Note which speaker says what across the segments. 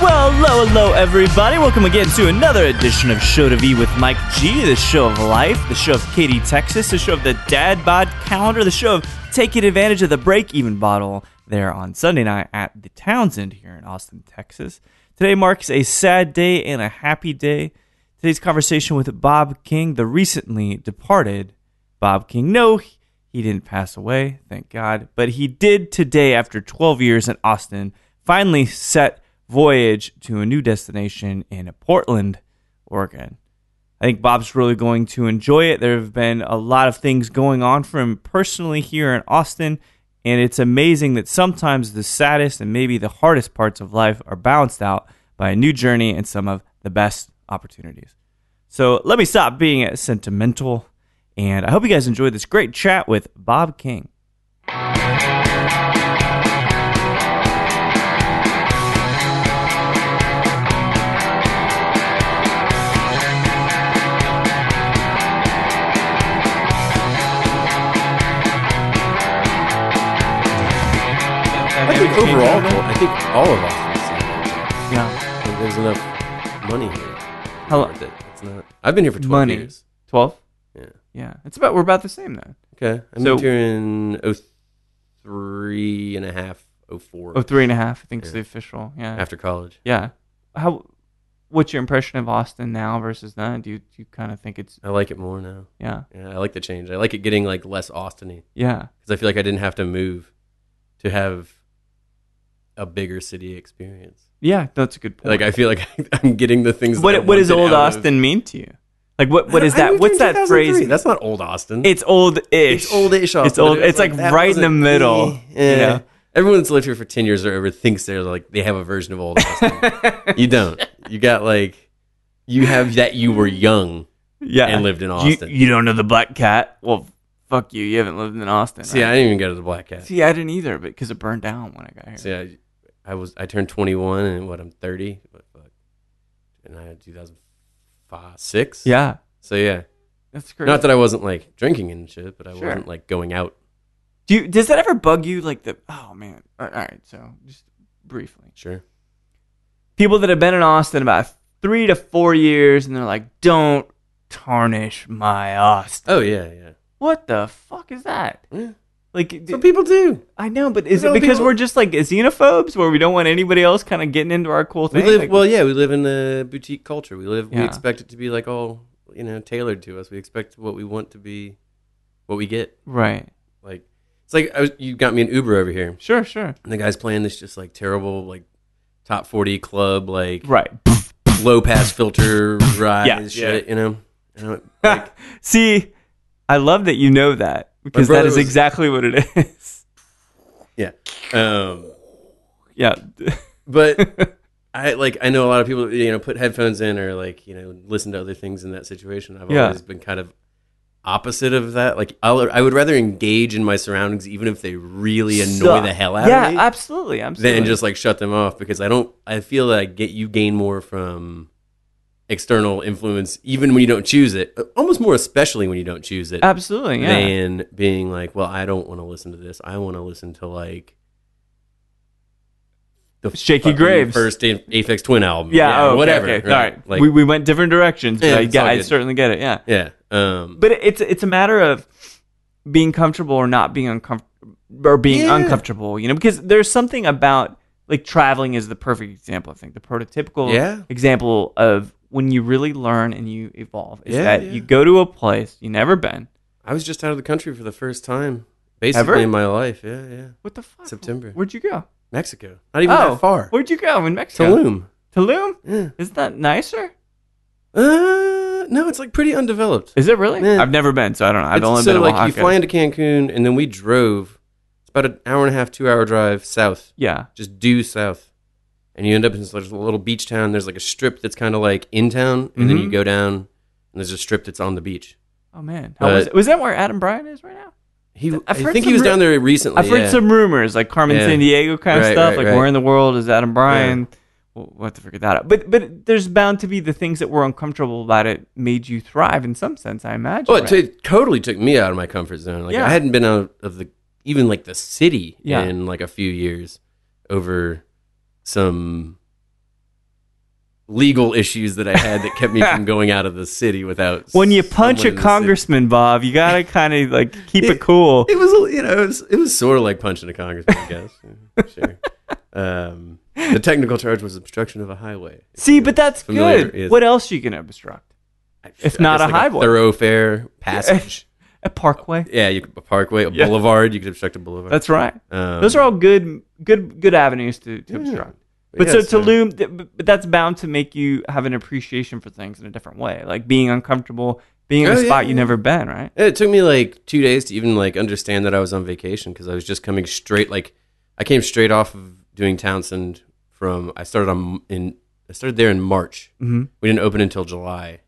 Speaker 1: Well, hello, hello, everybody. Welcome again to another edition of Show to V with Mike G, the show of life, the show of Katy, Texas, the show of the Dad Bod calendar, the show of taking advantage of the break even bottle there on Sunday night at the Townsend here in Austin, Texas. Today marks a sad day and a happy day. Today's conversation with Bob King, the recently departed Bob King. No, he didn't pass away, thank God, but he did today after 12 years in Austin, finally set voyage to a new destination in Portland, Oregon. I think Bob's really going to enjoy it. There have been a lot of things going on for him personally here in Austin, and it's amazing that sometimes the saddest and maybe the hardest parts of life are balanced out by a new journey and some of the best opportunities. So let me stop being sentimental, and I hope you guys enjoyed this great chat with Bob King.
Speaker 2: I think overall, though, I think all of us.
Speaker 1: Yeah,
Speaker 2: I think there's enough money here.
Speaker 1: Hello.
Speaker 2: Worth it. It's not. I've been here for 12
Speaker 1: Money.
Speaker 2: years.
Speaker 1: twelve.
Speaker 2: Yeah.
Speaker 1: Yeah, it's about we're about the same then.
Speaker 2: Okay. I
Speaker 1: So-
Speaker 2: moved here in 03 and a half, 04
Speaker 1: Oh, three and a half. I think is
Speaker 2: Yeah.
Speaker 1: the official. Yeah.
Speaker 2: after college.
Speaker 1: Yeah. How? What's your impression of Austin now versus then? Do you, do you kind of think it's
Speaker 2: I like it more now.
Speaker 1: yeah,
Speaker 2: Yeah, I like the change. I like it getting like less Austin-y
Speaker 1: yeah,
Speaker 2: because I feel like I didn't have to move to have a bigger city experience.
Speaker 1: yeah? That's a good point.
Speaker 2: Like I feel like I'm getting the things. that I
Speaker 1: what what does
Speaker 2: wanted
Speaker 1: old
Speaker 2: out of-
Speaker 1: Austin mean to you? Like what what is
Speaker 2: I
Speaker 1: that?
Speaker 2: moved
Speaker 1: What's
Speaker 2: in
Speaker 1: that
Speaker 2: 2003.
Speaker 1: phrase?
Speaker 2: That's not old Austin.
Speaker 1: It's old ish.
Speaker 2: It's old ish.
Speaker 1: It's old. It's like, right in the middle.
Speaker 2: Yeah.
Speaker 1: You know?
Speaker 2: Everyone that's lived here for ten years or ever thinks they're like they have a version of old Austin. you don't. You got like you have that you were young.
Speaker 1: Yeah.
Speaker 2: And lived in
Speaker 1: You-
Speaker 2: Austin.
Speaker 1: You, don't know the Black Cat? Well, fuck you. You haven't lived in Austin.
Speaker 2: See, I
Speaker 1: right?
Speaker 2: didn't even go to the Black Cat.
Speaker 1: see, I didn't either, but because it burned down when I got here.
Speaker 2: See, I, I was I turned twenty one and what I'm thirty, but, but, and I had two thousand five six.
Speaker 1: yeah,
Speaker 2: So yeah,
Speaker 1: that's crazy.
Speaker 2: not that I wasn't like drinking and shit, but I
Speaker 1: Sure.
Speaker 2: wasn't like going out.
Speaker 1: Do you, does that ever bug you? Like the oh man. All all right, so just briefly,
Speaker 2: Sure.
Speaker 1: people that have been in Austin about three to four years, and they're like, "Don't tarnish my Austin."
Speaker 2: Oh yeah, yeah.
Speaker 1: What the fuck is that?
Speaker 2: yeah.
Speaker 1: Like,
Speaker 2: So people do.
Speaker 1: I know, but is
Speaker 2: you
Speaker 1: it
Speaker 2: know,
Speaker 1: because
Speaker 2: people-
Speaker 1: we're just like xenophobes, where we don't want anybody else kind of getting into our cool
Speaker 2: We
Speaker 1: thing?
Speaker 2: live
Speaker 1: Like,
Speaker 2: well, yeah. We live in a boutique culture. We live.
Speaker 1: Yeah.
Speaker 2: We expect it to be like all you know, tailored to us. We expect what we want to be, what we get.
Speaker 1: right?
Speaker 2: Like it's like I was, you got me an Uber over here,
Speaker 1: Sure, sure.
Speaker 2: and the guy's playing this just like terrible like top forty club like
Speaker 1: Right.
Speaker 2: low pass filter ride
Speaker 1: Yeah,
Speaker 2: shit. You know, and I went,
Speaker 1: See, I love that you know that because that
Speaker 2: brother
Speaker 1: is
Speaker 2: was-
Speaker 1: exactly what it is.
Speaker 2: yeah. Um,
Speaker 1: yeah.
Speaker 2: but I like I know a lot of people you know put headphones in or like you know listen to other things in that situation. I've
Speaker 1: Yeah.
Speaker 2: always been kind of opposite of that. Like I'll, I would rather engage in my surroundings even if they really annoy
Speaker 1: So-
Speaker 2: the hell out
Speaker 1: yeah,
Speaker 2: of me
Speaker 1: absolutely. Absolutely.
Speaker 2: than just like shut them off because I don't. I feel that I get you gain more from external influence even when you don't choose it. Almost more especially when you don't choose it
Speaker 1: absolutely. Yeah.
Speaker 2: than being like, well, I don't want to listen to this. I want to listen to like the
Speaker 1: Shaky
Speaker 2: fucking
Speaker 1: Graves.
Speaker 2: first A- Aphex Twin album.
Speaker 1: Yeah, oh, okay,
Speaker 2: whatever.
Speaker 1: okay.
Speaker 2: right?
Speaker 1: All right.
Speaker 2: Like,
Speaker 1: we, we went different directions, but
Speaker 2: Yeah,
Speaker 1: I,
Speaker 2: it's
Speaker 1: get,
Speaker 2: all
Speaker 1: I
Speaker 2: good.
Speaker 1: certainly get it. Yeah.
Speaker 2: yeah. Um,
Speaker 1: But it's it's a matter of being comfortable or not being uncomfortable or being
Speaker 2: Yeah.
Speaker 1: uncomfortable, you know, because there's something about like traveling is the perfect example, I think. The prototypical
Speaker 2: Yeah.
Speaker 1: example of when you really learn and you evolve is
Speaker 2: Yeah,
Speaker 1: that
Speaker 2: yeah.
Speaker 1: you go to a place you never been.
Speaker 2: I was just out of the country for the first time, basically
Speaker 1: Ever?
Speaker 2: in my life. Yeah, yeah.
Speaker 1: What the fuck?
Speaker 2: September.
Speaker 1: Where'd you go? Oh,
Speaker 2: Mexico. Not even that far.
Speaker 1: Where'd you go in Mexico?
Speaker 2: Tulum.
Speaker 1: Tulum?
Speaker 2: Yeah.
Speaker 1: Isn't that nicer?
Speaker 2: Uh, no, it's like pretty undeveloped.
Speaker 1: Is it really?
Speaker 2: Yeah.
Speaker 1: I've never been, so I don't know. I've
Speaker 2: It's-
Speaker 1: only
Speaker 2: so
Speaker 1: been to
Speaker 2: like
Speaker 1: Oaxaca.
Speaker 2: you fly into Cancun and then we drove. It's about an hour and a half, two hour drive south,
Speaker 1: Yeah.
Speaker 2: just due south. And you end up in this little little beach town. There's like a strip that's kind of like in town, and then
Speaker 1: Mhm.
Speaker 2: you go down, and there's a strip that's on the beach.
Speaker 1: Oh man, How was,
Speaker 2: But-
Speaker 1: it? was that where Adam Bryan is right now?
Speaker 2: He, i
Speaker 1: I've heard
Speaker 2: think he
Speaker 1: some
Speaker 2: was
Speaker 1: ru-
Speaker 2: down there recently.
Speaker 1: I've heard
Speaker 2: yeah.
Speaker 1: some rumors like Carmen
Speaker 2: Yeah.
Speaker 1: San Diego kind of
Speaker 2: Right,
Speaker 1: stuff,
Speaker 2: right,
Speaker 1: like
Speaker 2: right.
Speaker 1: where in the world is Adam Bryan? We'll, we'll have to figure that out. But but there's bound to be the things that were uncomfortable about it made you thrive in some sense, I imagine.
Speaker 2: Oh, it,
Speaker 1: right?
Speaker 2: t- it totally took me out of my comfort zone. Like
Speaker 1: Yeah.
Speaker 2: I hadn't been out of the even like the city
Speaker 1: Yeah.
Speaker 2: in like a few years over some legal issues that I had that kept me from going out of the city without.
Speaker 1: when you
Speaker 2: someone
Speaker 1: punch a
Speaker 2: in the city.
Speaker 1: congressman, Bob, you gotta kind of like keep it cool.
Speaker 2: it was you know it was, it was sort of like punching a congressman, I guess. Yeah, sure. Um, the technical charge was obstruction of a highway.
Speaker 1: See, but that's
Speaker 2: Familiar,
Speaker 1: good.
Speaker 2: yes.
Speaker 1: What else you can obstruct? If not
Speaker 2: I
Speaker 1: a
Speaker 2: guess, like
Speaker 1: highway.
Speaker 2: thoroughfare passage.
Speaker 1: A parkway.
Speaker 2: Yeah, you could a parkway, a
Speaker 1: Yeah.
Speaker 2: boulevard. You could obstruct a boulevard.
Speaker 1: That's right.
Speaker 2: um,
Speaker 1: Those are all good good good avenues to, to obstruct. But
Speaker 2: yeah,
Speaker 1: so to loom, th- b- but that's bound to make you have an appreciation for things in a different way, like being uncomfortable, being in
Speaker 2: Oh,
Speaker 1: a
Speaker 2: yeah,
Speaker 1: spot
Speaker 2: yeah.
Speaker 1: you've never been, right?
Speaker 2: It took me like two days to even like understand that I was on vacation because I was just coming straight. Like I came straight off of doing Townsend from. I started on in. I started there in March.
Speaker 1: Mm-hmm.
Speaker 2: We didn't open until July.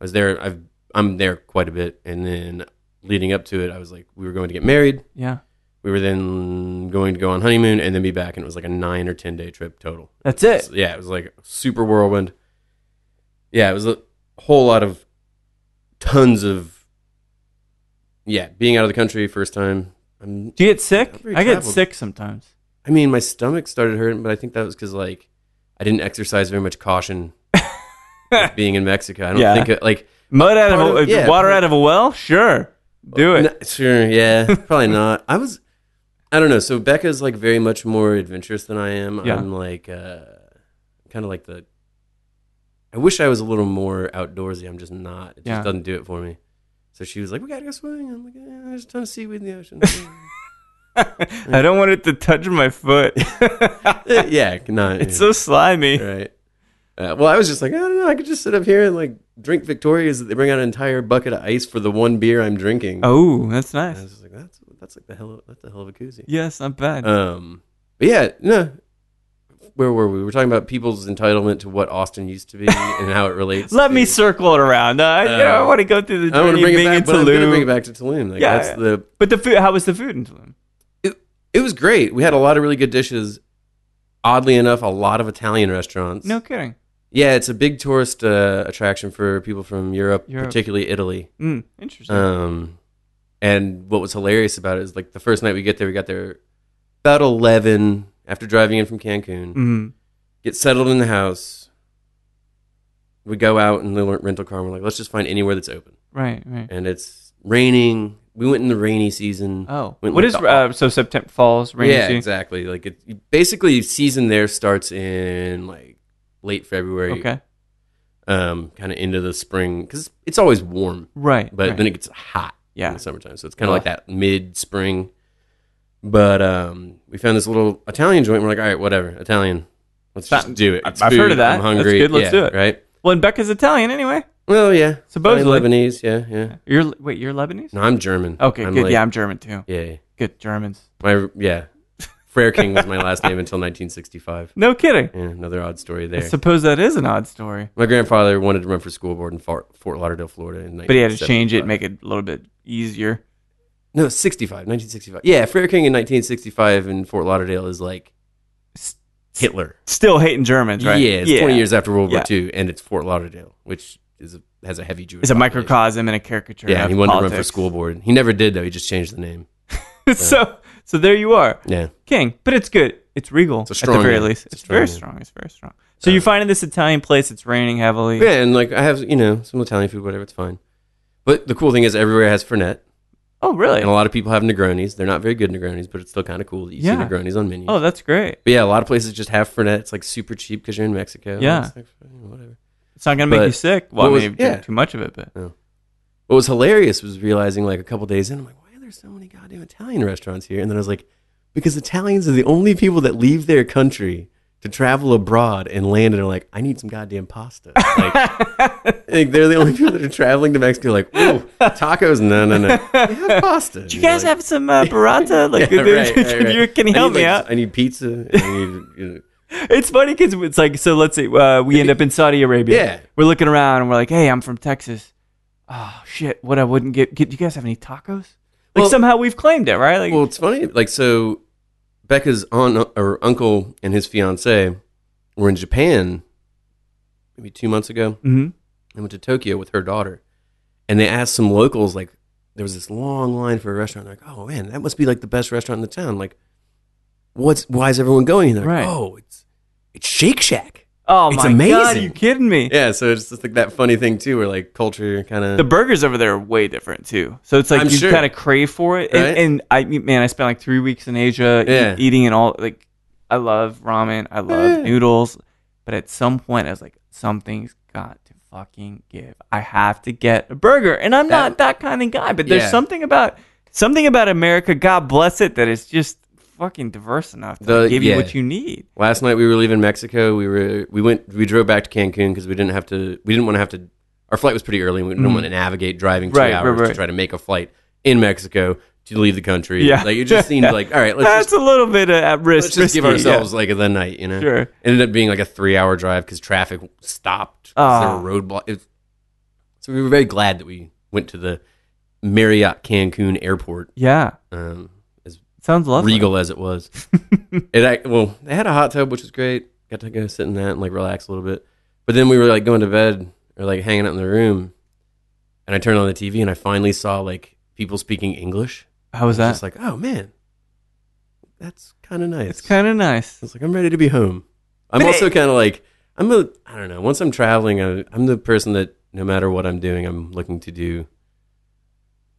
Speaker 2: I was there. I've I'm there quite a bit, and then leading up to it, I was like, we were going to get married.
Speaker 1: Yeah,
Speaker 2: We were then going to go on honeymoon and then be back, and it was like a nine or ten day trip total.
Speaker 1: that's it.
Speaker 2: Yeah, it was like super whirlwind. Yeah, it was a whole lot of tons of yeah, being out of the country first time. I'm,
Speaker 1: Do you get sick?
Speaker 2: I've already
Speaker 1: I get
Speaker 2: traveled.
Speaker 1: sick sometimes.
Speaker 2: I mean, my stomach started hurting, but I think that was because like I didn't exercise very much caution with being in Mexico. I don't
Speaker 1: Yeah.
Speaker 2: think it, like
Speaker 1: Mud out
Speaker 2: Part
Speaker 1: of, a, uh,
Speaker 2: of- yeah,
Speaker 1: water
Speaker 2: part-
Speaker 1: out of a well, sure, do it.
Speaker 2: N- sure, yeah, probably not. I was, I don't know. So Becca's like very much more adventurous than I am.
Speaker 1: Yeah.
Speaker 2: I'm like, uh, kind of like the. I wish I was a little more outdoorsy. I'm just not. It just
Speaker 1: Yeah.
Speaker 2: doesn't do it for me. So she was like, "We gotta go swimming." I'm like, eh, "There's a ton of seaweed in the ocean."
Speaker 1: I don't want it to touch my foot.
Speaker 2: Eh, yeah, not.
Speaker 1: it's so slimy.
Speaker 2: right. Uh, well, I was just like, I don't know. I could just sit up here and like drink Victoria's. They bring out an entire bucket of ice for the one beer I'm drinking.
Speaker 1: Oh, that's
Speaker 2: And I
Speaker 1: nice.
Speaker 2: was just like, that's that's like the hell that's a hell of a koozie.
Speaker 1: Yes, not bad.
Speaker 2: Um, but yeah, no. Where were we? We were talking about people's entitlement to what Austin used to be and how it relates.
Speaker 1: Let
Speaker 2: to,
Speaker 1: me circle it around. Uh, you know, I
Speaker 2: Uh,
Speaker 1: want to go through the
Speaker 2: I want
Speaker 1: journey of
Speaker 2: to bring it
Speaker 1: being
Speaker 2: back,
Speaker 1: in
Speaker 2: but I'm going to bring it
Speaker 1: Tulum.
Speaker 2: back to Tulum. Like,
Speaker 1: Yeah,
Speaker 2: that's
Speaker 1: yeah.
Speaker 2: the.
Speaker 1: But the food, how was the food in Tulum?
Speaker 2: It, it was great. We had a lot of really good dishes. Oddly enough, a lot of Italian restaurants.
Speaker 1: No kidding.
Speaker 2: Yeah, it's a big tourist uh, attraction for people from Europe,
Speaker 1: Europe.
Speaker 2: particularly Italy.
Speaker 1: Mm, interesting.
Speaker 2: Um, and what was hilarious about it is like the first night we get there, we got there about eleven after driving in from Cancun.
Speaker 1: mm.
Speaker 2: get settled in the house. We go out in the rental car. And we're like, let's just find anywhere that's open.
Speaker 1: Right, right.
Speaker 2: And it's raining. We went in the rainy season.
Speaker 1: Oh,
Speaker 2: Went
Speaker 1: what
Speaker 2: like
Speaker 1: is
Speaker 2: the-
Speaker 1: uh, so September falls rainy
Speaker 2: yeah,
Speaker 1: season?
Speaker 2: exactly. Like it, basically, season there starts in like late February,
Speaker 1: Okay,
Speaker 2: um, kind of into the spring because it's always warm,
Speaker 1: right.
Speaker 2: but
Speaker 1: right.
Speaker 2: then it gets hot in
Speaker 1: yeah,
Speaker 2: the summertime. So it's kind of like
Speaker 1: Ugh.
Speaker 2: that mid spring. But um, we found this little Italian joint. We're like, all right, whatever, Italian. Let's
Speaker 1: That-
Speaker 2: just do it.
Speaker 1: I-
Speaker 2: It's
Speaker 1: I've heard of that.
Speaker 2: I'm
Speaker 1: That's
Speaker 2: hungry.
Speaker 1: good, let's
Speaker 2: Yeah,
Speaker 1: do it.
Speaker 2: Right.
Speaker 1: well, and Becca's Italian anyway.
Speaker 2: Well, yeah.
Speaker 1: Supposedly.
Speaker 2: Probably Lebanese, yeah, yeah.
Speaker 1: You're wait, you're Lebanese?
Speaker 2: No, I'm German.
Speaker 1: Okay,
Speaker 2: I'm
Speaker 1: good.
Speaker 2: like-
Speaker 1: yeah, I'm German too.
Speaker 2: yeah, yeah.
Speaker 1: Good Germans.
Speaker 2: My yeah. Frere King was my last name until 1965.
Speaker 1: No kidding.
Speaker 2: Yeah, another odd story
Speaker 1: I
Speaker 2: there.
Speaker 1: suppose that is an odd story,
Speaker 2: my grandfather wanted to run for school board in Fort, Fort Lauderdale, Florida, in
Speaker 1: but he had to change it,
Speaker 2: 1975.
Speaker 1: make it a little bit easier.
Speaker 2: no 65, 1965. Yeah, Frere King in 1965 in Fort Lauderdale is like
Speaker 1: S-
Speaker 2: Hitler.
Speaker 1: Still hating Germans, right?
Speaker 2: Yeah, it's 20 years after World
Speaker 1: Yeah.
Speaker 2: War II, and it's Fort Lauderdale, which is a, has a heavy Jewish.
Speaker 1: It's a
Speaker 2: population.
Speaker 1: microcosm and a caricature.
Speaker 2: Yeah,
Speaker 1: of
Speaker 2: and he wanted to run for
Speaker 1: politics.
Speaker 2: school board. He never did though. He just changed the name.
Speaker 1: so, so there you are,
Speaker 2: Yeah.
Speaker 1: King. But it's good. It's regal
Speaker 2: a
Speaker 1: at
Speaker 2: strong
Speaker 1: the very
Speaker 2: name.
Speaker 1: least.
Speaker 2: It's a
Speaker 1: It's, very
Speaker 2: strong
Speaker 1: strong.
Speaker 2: Uh,
Speaker 1: It's very strong. So you're finding this Italian place. It's raining heavily.
Speaker 2: Yeah, and like I have, you know, some Italian food, whatever, it's fine. But the cool thing is, everywhere has Fernet,
Speaker 1: Oh, really?
Speaker 2: and a lot of people have Negronis. They're not very good Negronis, but it's still kind of cool that you
Speaker 1: Yeah.
Speaker 2: see Negronis on menus.
Speaker 1: Oh, that's great.
Speaker 2: But yeah, a lot of places just have Fernet. It's like super cheap because you're in Mexico.
Speaker 1: Yeah.
Speaker 2: It's like, whatever.
Speaker 1: It's not gonna make
Speaker 2: But
Speaker 1: you sick. Well, I
Speaker 2: what
Speaker 1: mean,
Speaker 2: was-
Speaker 1: if you drink
Speaker 2: yeah.
Speaker 1: too much of it, but
Speaker 2: What was hilarious was realizing like a couple days in, I'm like, why are there so many goddamn Italian restaurants here? And then I was like, because Italians are the only people that leave their country to travel abroad and land and are like, I need some goddamn pasta. Like, Like they're the only people that are traveling to Mexico. Like, whoa, tacos? No, no, no. They have pasta.
Speaker 1: Do you guys have some uh, burrata? Like,
Speaker 2: Yeah, right, right,
Speaker 1: can, you,
Speaker 2: right.
Speaker 1: can you
Speaker 2: I
Speaker 1: help
Speaker 2: need,
Speaker 1: me
Speaker 2: like,
Speaker 1: out?
Speaker 2: I need pizza. and I need, you know,
Speaker 1: It's funny because it's like, so let's say uh, we end up in Saudi Arabia.
Speaker 2: Yeah.
Speaker 1: We're looking around and we're like, hey, I'm from Texas. Oh, shit. What I wouldn't get. get do you guys have any tacos? Like,
Speaker 2: Well-
Speaker 1: somehow we've claimed it, right? Like,
Speaker 2: Well, it's funny. Like so, Becca's aunt or uncle and his fiance were in Japan maybe two months ago.
Speaker 1: mhm.
Speaker 2: and went to Tokyo with her daughter, and they asked some locals like there was this long line for a restaurant. They're like, oh man, that must be like the best restaurant in the town. Like, what's why is everyone going? And they're like,
Speaker 1: Right.
Speaker 2: oh, it's it's Shake Shack.
Speaker 1: oh,
Speaker 2: it's
Speaker 1: my God.
Speaker 2: amazing.
Speaker 1: you kidding me?
Speaker 2: Yeah, so it's just like that funny thing too, where like culture kind
Speaker 1: the
Speaker 2: of
Speaker 1: burgers over there are way different too. So it's like
Speaker 2: I'm
Speaker 1: you
Speaker 2: sure.
Speaker 1: kind of crave for it.
Speaker 2: Right?
Speaker 1: And, and I man, I spent like three weeks in Asia e-
Speaker 2: Yeah.
Speaker 1: eating and all like I love ramen, I love
Speaker 2: Yeah.
Speaker 1: noodles, but at some point I was like, something's got to fucking give. I have to get a burger, and I'm not that kind of guy. But there's
Speaker 2: Yeah.
Speaker 1: something about something about America. God bless it that it's just fucking diverse enough to
Speaker 2: The-
Speaker 1: give you
Speaker 2: yeah.
Speaker 1: what you need.
Speaker 2: Last night we were leaving Mexico. We were we went we drove back to Cancun because we didn't have to we didn't want to have to. Our flight was pretty early. and We didn't want to navigate driving two
Speaker 1: Mm. Right, right,
Speaker 2: hours
Speaker 1: right.
Speaker 2: to try to make a flight in Mexico to leave the country.
Speaker 1: Yeah.
Speaker 2: like it just seemed like all right. Let's
Speaker 1: That's
Speaker 2: just
Speaker 1: a little bit uh, at risk.
Speaker 2: let's just give
Speaker 1: risky, yeah.
Speaker 2: ourselves like the night, you know.
Speaker 1: Sure.
Speaker 2: It ended up being like a three-hour drive because traffic stopped. 'cause
Speaker 1: Ah.
Speaker 2: There were roadblock. It, so we were very glad that we went to the Marriott Cancun Airport,
Speaker 1: Yeah,
Speaker 2: um, as
Speaker 1: sounds lovely.
Speaker 2: regal as it was. it act- well, they had a hot tub, which was great. Got to go sit in that and like relax a little bit. But then we were like going to bed or like hanging out in the room, and I turned on the TV and I finally saw like people speaking English.
Speaker 1: How was
Speaker 2: I was
Speaker 1: that?
Speaker 2: just like, oh man, that's kind of nice.
Speaker 1: It's kind of nice.
Speaker 2: It's like I'm ready to be home. I'm
Speaker 1: But
Speaker 2: also
Speaker 1: it-
Speaker 2: kind of like I'm a I don't know. Once I'm traveling, I, I'm the person that no matter what I'm doing, I'm looking to do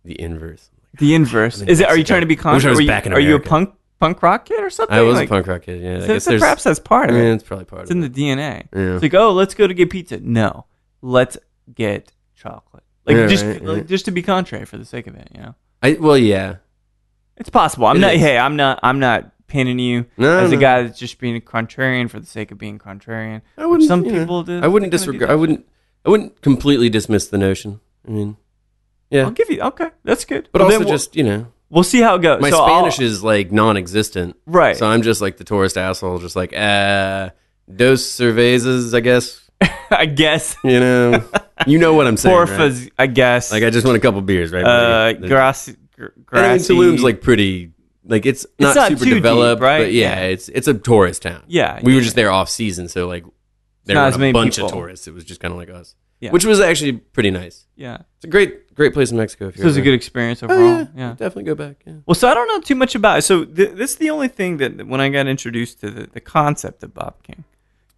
Speaker 2: the inverse.
Speaker 1: The inverse.
Speaker 2: I mean,
Speaker 1: is it? Are you
Speaker 2: Mexico.
Speaker 1: trying to be
Speaker 2: I wish
Speaker 1: conscious?
Speaker 2: I was
Speaker 1: Are you,
Speaker 2: back in
Speaker 1: are you a
Speaker 2: America.
Speaker 1: punk punk rock kid or something?
Speaker 2: I was
Speaker 1: Like,
Speaker 2: a punk rock kid. Yeah, I
Speaker 1: so-
Speaker 2: guess
Speaker 1: so
Speaker 2: there's.
Speaker 1: perhaps that's part
Speaker 2: I
Speaker 1: of
Speaker 2: mean,
Speaker 1: it.
Speaker 2: it's probably part
Speaker 1: It's
Speaker 2: of
Speaker 1: in the
Speaker 2: it.
Speaker 1: DNA.
Speaker 2: yeah.
Speaker 1: It's like, oh, let's go to get pizza. No, let's get chocolate. Like
Speaker 2: Yeah,
Speaker 1: just
Speaker 2: right,
Speaker 1: like,
Speaker 2: right.
Speaker 1: just to be contrary for the sake of it, you know.
Speaker 2: I, well, yeah.
Speaker 1: It's possible. I'm
Speaker 2: It
Speaker 1: not.
Speaker 2: is.
Speaker 1: Hey, I'm not. I'm not pinning you
Speaker 2: No,
Speaker 1: as a
Speaker 2: no.
Speaker 1: guy that's just being a contrarian for the sake of being contrarian.
Speaker 2: I wouldn't.
Speaker 1: some
Speaker 2: you know,
Speaker 1: people do-
Speaker 2: I wouldn't
Speaker 1: they kinda do
Speaker 2: disregard.
Speaker 1: that
Speaker 2: I wouldn't. I wouldn't completely dismiss the notion. I mean, yeah.
Speaker 1: I'll give you. Okay, that's good.
Speaker 2: But
Speaker 1: Well,
Speaker 2: also,
Speaker 1: then we'll,
Speaker 2: just you know,
Speaker 1: we'll see how it goes.
Speaker 2: my
Speaker 1: so
Speaker 2: Spanish
Speaker 1: I'll,
Speaker 2: is like non-existent.
Speaker 1: right.
Speaker 2: So I'm just like the tourist asshole, just like uh, dos cervezas, I guess.
Speaker 1: I guess.
Speaker 2: You know, you know what I'm saying. right?
Speaker 1: Porfas. I guess.
Speaker 2: Like I just want a couple beers, right?
Speaker 1: uh,
Speaker 2: buddy?
Speaker 1: grassy. gr-
Speaker 2: and I mean,
Speaker 1: grassy.
Speaker 2: Tulum's like pretty, like it's not,
Speaker 1: not
Speaker 2: super
Speaker 1: too deep,
Speaker 2: developed,
Speaker 1: right?
Speaker 2: But yeah,
Speaker 1: Yeah.
Speaker 2: it's it's a tourist town.
Speaker 1: Yeah,
Speaker 2: we were
Speaker 1: yeah.
Speaker 2: just there off season, so like there
Speaker 1: not
Speaker 2: were
Speaker 1: as
Speaker 2: a
Speaker 1: many
Speaker 2: bunch of
Speaker 1: people.
Speaker 2: tourists. It was just kind of like us,
Speaker 1: Yeah.
Speaker 2: which was actually pretty nice.
Speaker 1: yeah.
Speaker 2: It's a great great place in Mexico. If
Speaker 1: This
Speaker 2: you're
Speaker 1: was a
Speaker 2: ever-
Speaker 1: good experience overall.
Speaker 2: Oh, yeah,
Speaker 1: yeah.
Speaker 2: definitely go back. Yeah.
Speaker 1: Well, so I don't know too much about it. So th- this is the only thing that that when I got introduced to the, the concept of Bob King,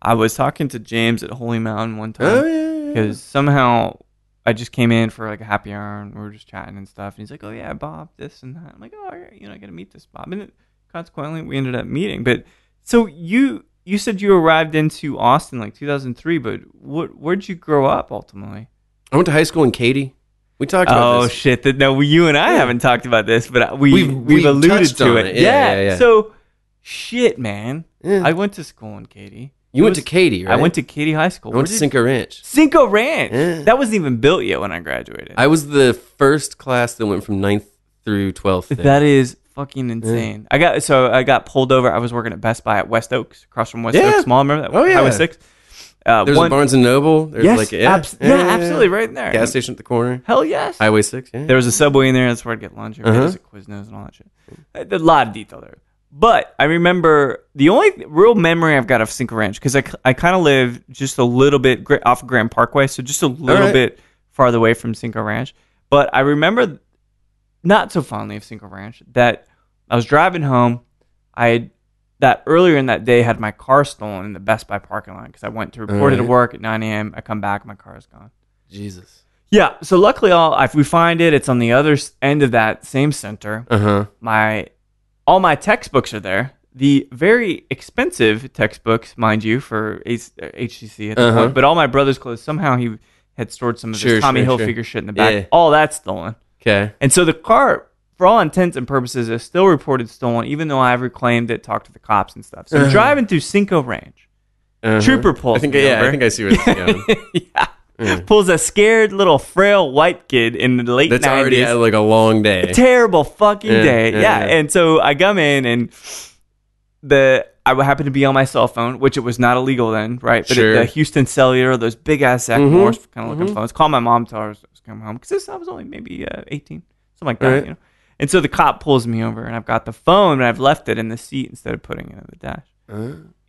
Speaker 1: I was talking to James at Holy Mountain one
Speaker 2: Oh
Speaker 1: time
Speaker 2: yeah, yeah, yeah.
Speaker 1: because somehow I just came in for like a happy hour and we were just chatting and stuff. And he's like, "Oh yeah, Bob, this and that." I'm like, "Oh, all right, you know, I got to meet this Bob." And it, consequently, we ended up meeting. But so you you said you arrived into Austin like 2003, but what where'd you grow up ultimately?
Speaker 2: I went to high school in Katy. We talked about
Speaker 1: Oh
Speaker 2: this.
Speaker 1: shit! That no, we- you and I haven't talked about this, but uh, we we've,
Speaker 2: We've-
Speaker 1: we've
Speaker 2: we've
Speaker 1: alluded
Speaker 2: touched
Speaker 1: to
Speaker 2: on
Speaker 1: it.
Speaker 2: it. Yeah, yeah, yeah.
Speaker 1: So shit, man.
Speaker 2: Yeah.
Speaker 1: I went to school in Katy. It
Speaker 2: you went
Speaker 1: was-
Speaker 2: to Katy, right?
Speaker 1: I went to Katy High School.
Speaker 2: I went to
Speaker 1: Where did-
Speaker 2: Cinco Ranch.
Speaker 1: Cinco Ranch.
Speaker 2: Yeah.
Speaker 1: That wasn't even built yet when I graduated.
Speaker 2: I was the first class that went from 9th through twelfth. there.
Speaker 1: that is fucking insane. I got so I got pulled over. I was working at Best Buy at West Oaks, across from West
Speaker 2: Yeah.
Speaker 1: Oaks Mall. Remember that?
Speaker 2: Oh, yeah.
Speaker 1: Highway Six. Uh,
Speaker 2: There's
Speaker 1: one,
Speaker 2: a Barnes and Noble. There's
Speaker 1: yes,
Speaker 2: like yeah,
Speaker 1: abs- yeah, absolutely, right there.
Speaker 2: Gas station at the corner.
Speaker 1: Hell yes.
Speaker 2: Highway six. Yeah.
Speaker 1: There was a subway in there. That's where I'd get lunch. Every day.
Speaker 2: Uh-huh.
Speaker 1: There's a Quiznos and all that shit. Uh, A a lot of detail there. But I remember the only th- real memory I've got of Cinco Ranch because I, k- I kind of live just a little bit gra- off of Grand Parkway, so just a little
Speaker 2: right.
Speaker 1: bit farther away from Cinco Ranch. But I remember not so fondly of Cinco Ranch that I was driving home. I had that earlier in that day had my car stolen in the Best Buy parking lot because I went to report it to
Speaker 2: right.
Speaker 1: work at 9 a.m. I come back, my car is gone.
Speaker 2: Jesus.
Speaker 1: Yeah. So luckily, all if we find it, it's on the other s- end of that same center.
Speaker 2: Uh huh.
Speaker 1: My all my textbooks are there. The very expensive textbooks, mind you, for H- uh, HCC at the
Speaker 2: Uh-huh.
Speaker 1: point. But all my brother's clothes. Somehow he had stored some of
Speaker 2: Sure,
Speaker 1: his Tommy
Speaker 2: sure,
Speaker 1: Hilfiger
Speaker 2: sure.
Speaker 1: shit in the back.
Speaker 2: Yeah.
Speaker 1: All that's stolen.
Speaker 2: Okay.
Speaker 1: And so the car, for all intents and purposes, is still reported stolen, even though I've reclaimed it, talked to the cops and stuff. So I'm driving through Cinco Ranch,
Speaker 2: Uh-huh.
Speaker 1: Trooper pulls
Speaker 2: I think.
Speaker 1: me
Speaker 2: yeah.
Speaker 1: over.
Speaker 2: I think I see where this is going.
Speaker 1: yeah. pulls a scared little frail white kid in the late
Speaker 2: That's
Speaker 1: 90s.
Speaker 2: already had like a long day.
Speaker 1: terrible fucking
Speaker 2: Yeah,
Speaker 1: day.
Speaker 2: yeah,
Speaker 1: Yeah,
Speaker 2: yeah.
Speaker 1: And so I come in and the I happened to be on my cell phone, which it was not illegal then, right? But
Speaker 2: Sure.
Speaker 1: it, the Houston Cellular, those big ass Zach
Speaker 2: Mhm,
Speaker 1: Morris kind of looking
Speaker 2: mhm.
Speaker 1: phones. Call my mom, tell her I was coming home because I was only maybe uh, eighteen, something like that,
Speaker 2: Right.
Speaker 1: you know. And so the cop pulls me over, and I've got the phone, and I've left it in the seat instead of putting it in the dash.
Speaker 2: Uh,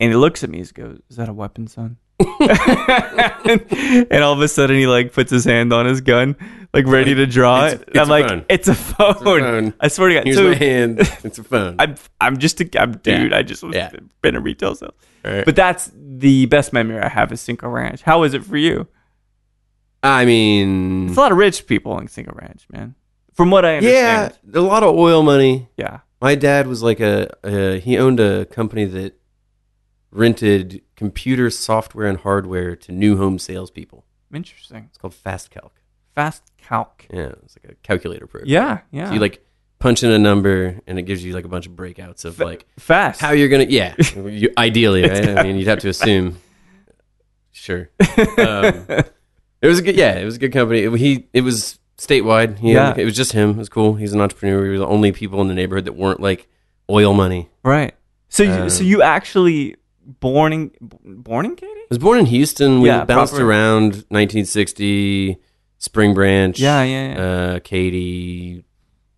Speaker 1: And he looks at me, he goes, "Is that a weapon, son?" and all of a sudden, he like puts his hand on his gun, like ready to draw
Speaker 2: It's-
Speaker 1: it.
Speaker 2: it's
Speaker 1: I'm
Speaker 2: a
Speaker 1: like,
Speaker 2: phone.
Speaker 1: "It's a phone."
Speaker 2: phone.
Speaker 1: I swear to God.
Speaker 2: Here's
Speaker 1: so
Speaker 2: my hand. It's a phone.
Speaker 1: I'm I'm just a I'm dude. I just was
Speaker 2: Yeah.
Speaker 1: been a retail sales.
Speaker 2: Right.
Speaker 1: But that's the best memory I have is Cinco Ranch. How is it for you?
Speaker 2: I mean,
Speaker 1: It's a lot of rich people in Cinco Ranch, man. From what I
Speaker 2: yeah,
Speaker 1: understand.
Speaker 2: a lot of oil money.
Speaker 1: Yeah.
Speaker 2: My dad was like a, a he owned a company that rented computer software and hardware to new home salespeople.
Speaker 1: Interesting.
Speaker 2: It's called Fast Calc.
Speaker 1: Fast calc.
Speaker 2: Yeah, it's like a calculator program.
Speaker 1: Yeah. Yeah.
Speaker 2: So you like punch in a number and it gives you like a bunch of breakouts of like
Speaker 1: fast.
Speaker 2: how you're gonna yeah you, ideally right? I mean you'd have to assume sure. Um, it was a good yeah it was a good company. It, he it was statewide. He
Speaker 1: Yeah.
Speaker 2: it was just him. It was cool. He's an entrepreneur. We were the only people in the neighborhood that weren't like oil money.
Speaker 1: right. So you,
Speaker 2: Um,
Speaker 1: so you actually born in born in Katy?
Speaker 2: I was born in Houston. We
Speaker 1: Yeah,
Speaker 2: bounced
Speaker 1: proper.
Speaker 2: around 1960, Spring Branch,
Speaker 1: Yeah, yeah, yeah.
Speaker 2: Uh, Katy,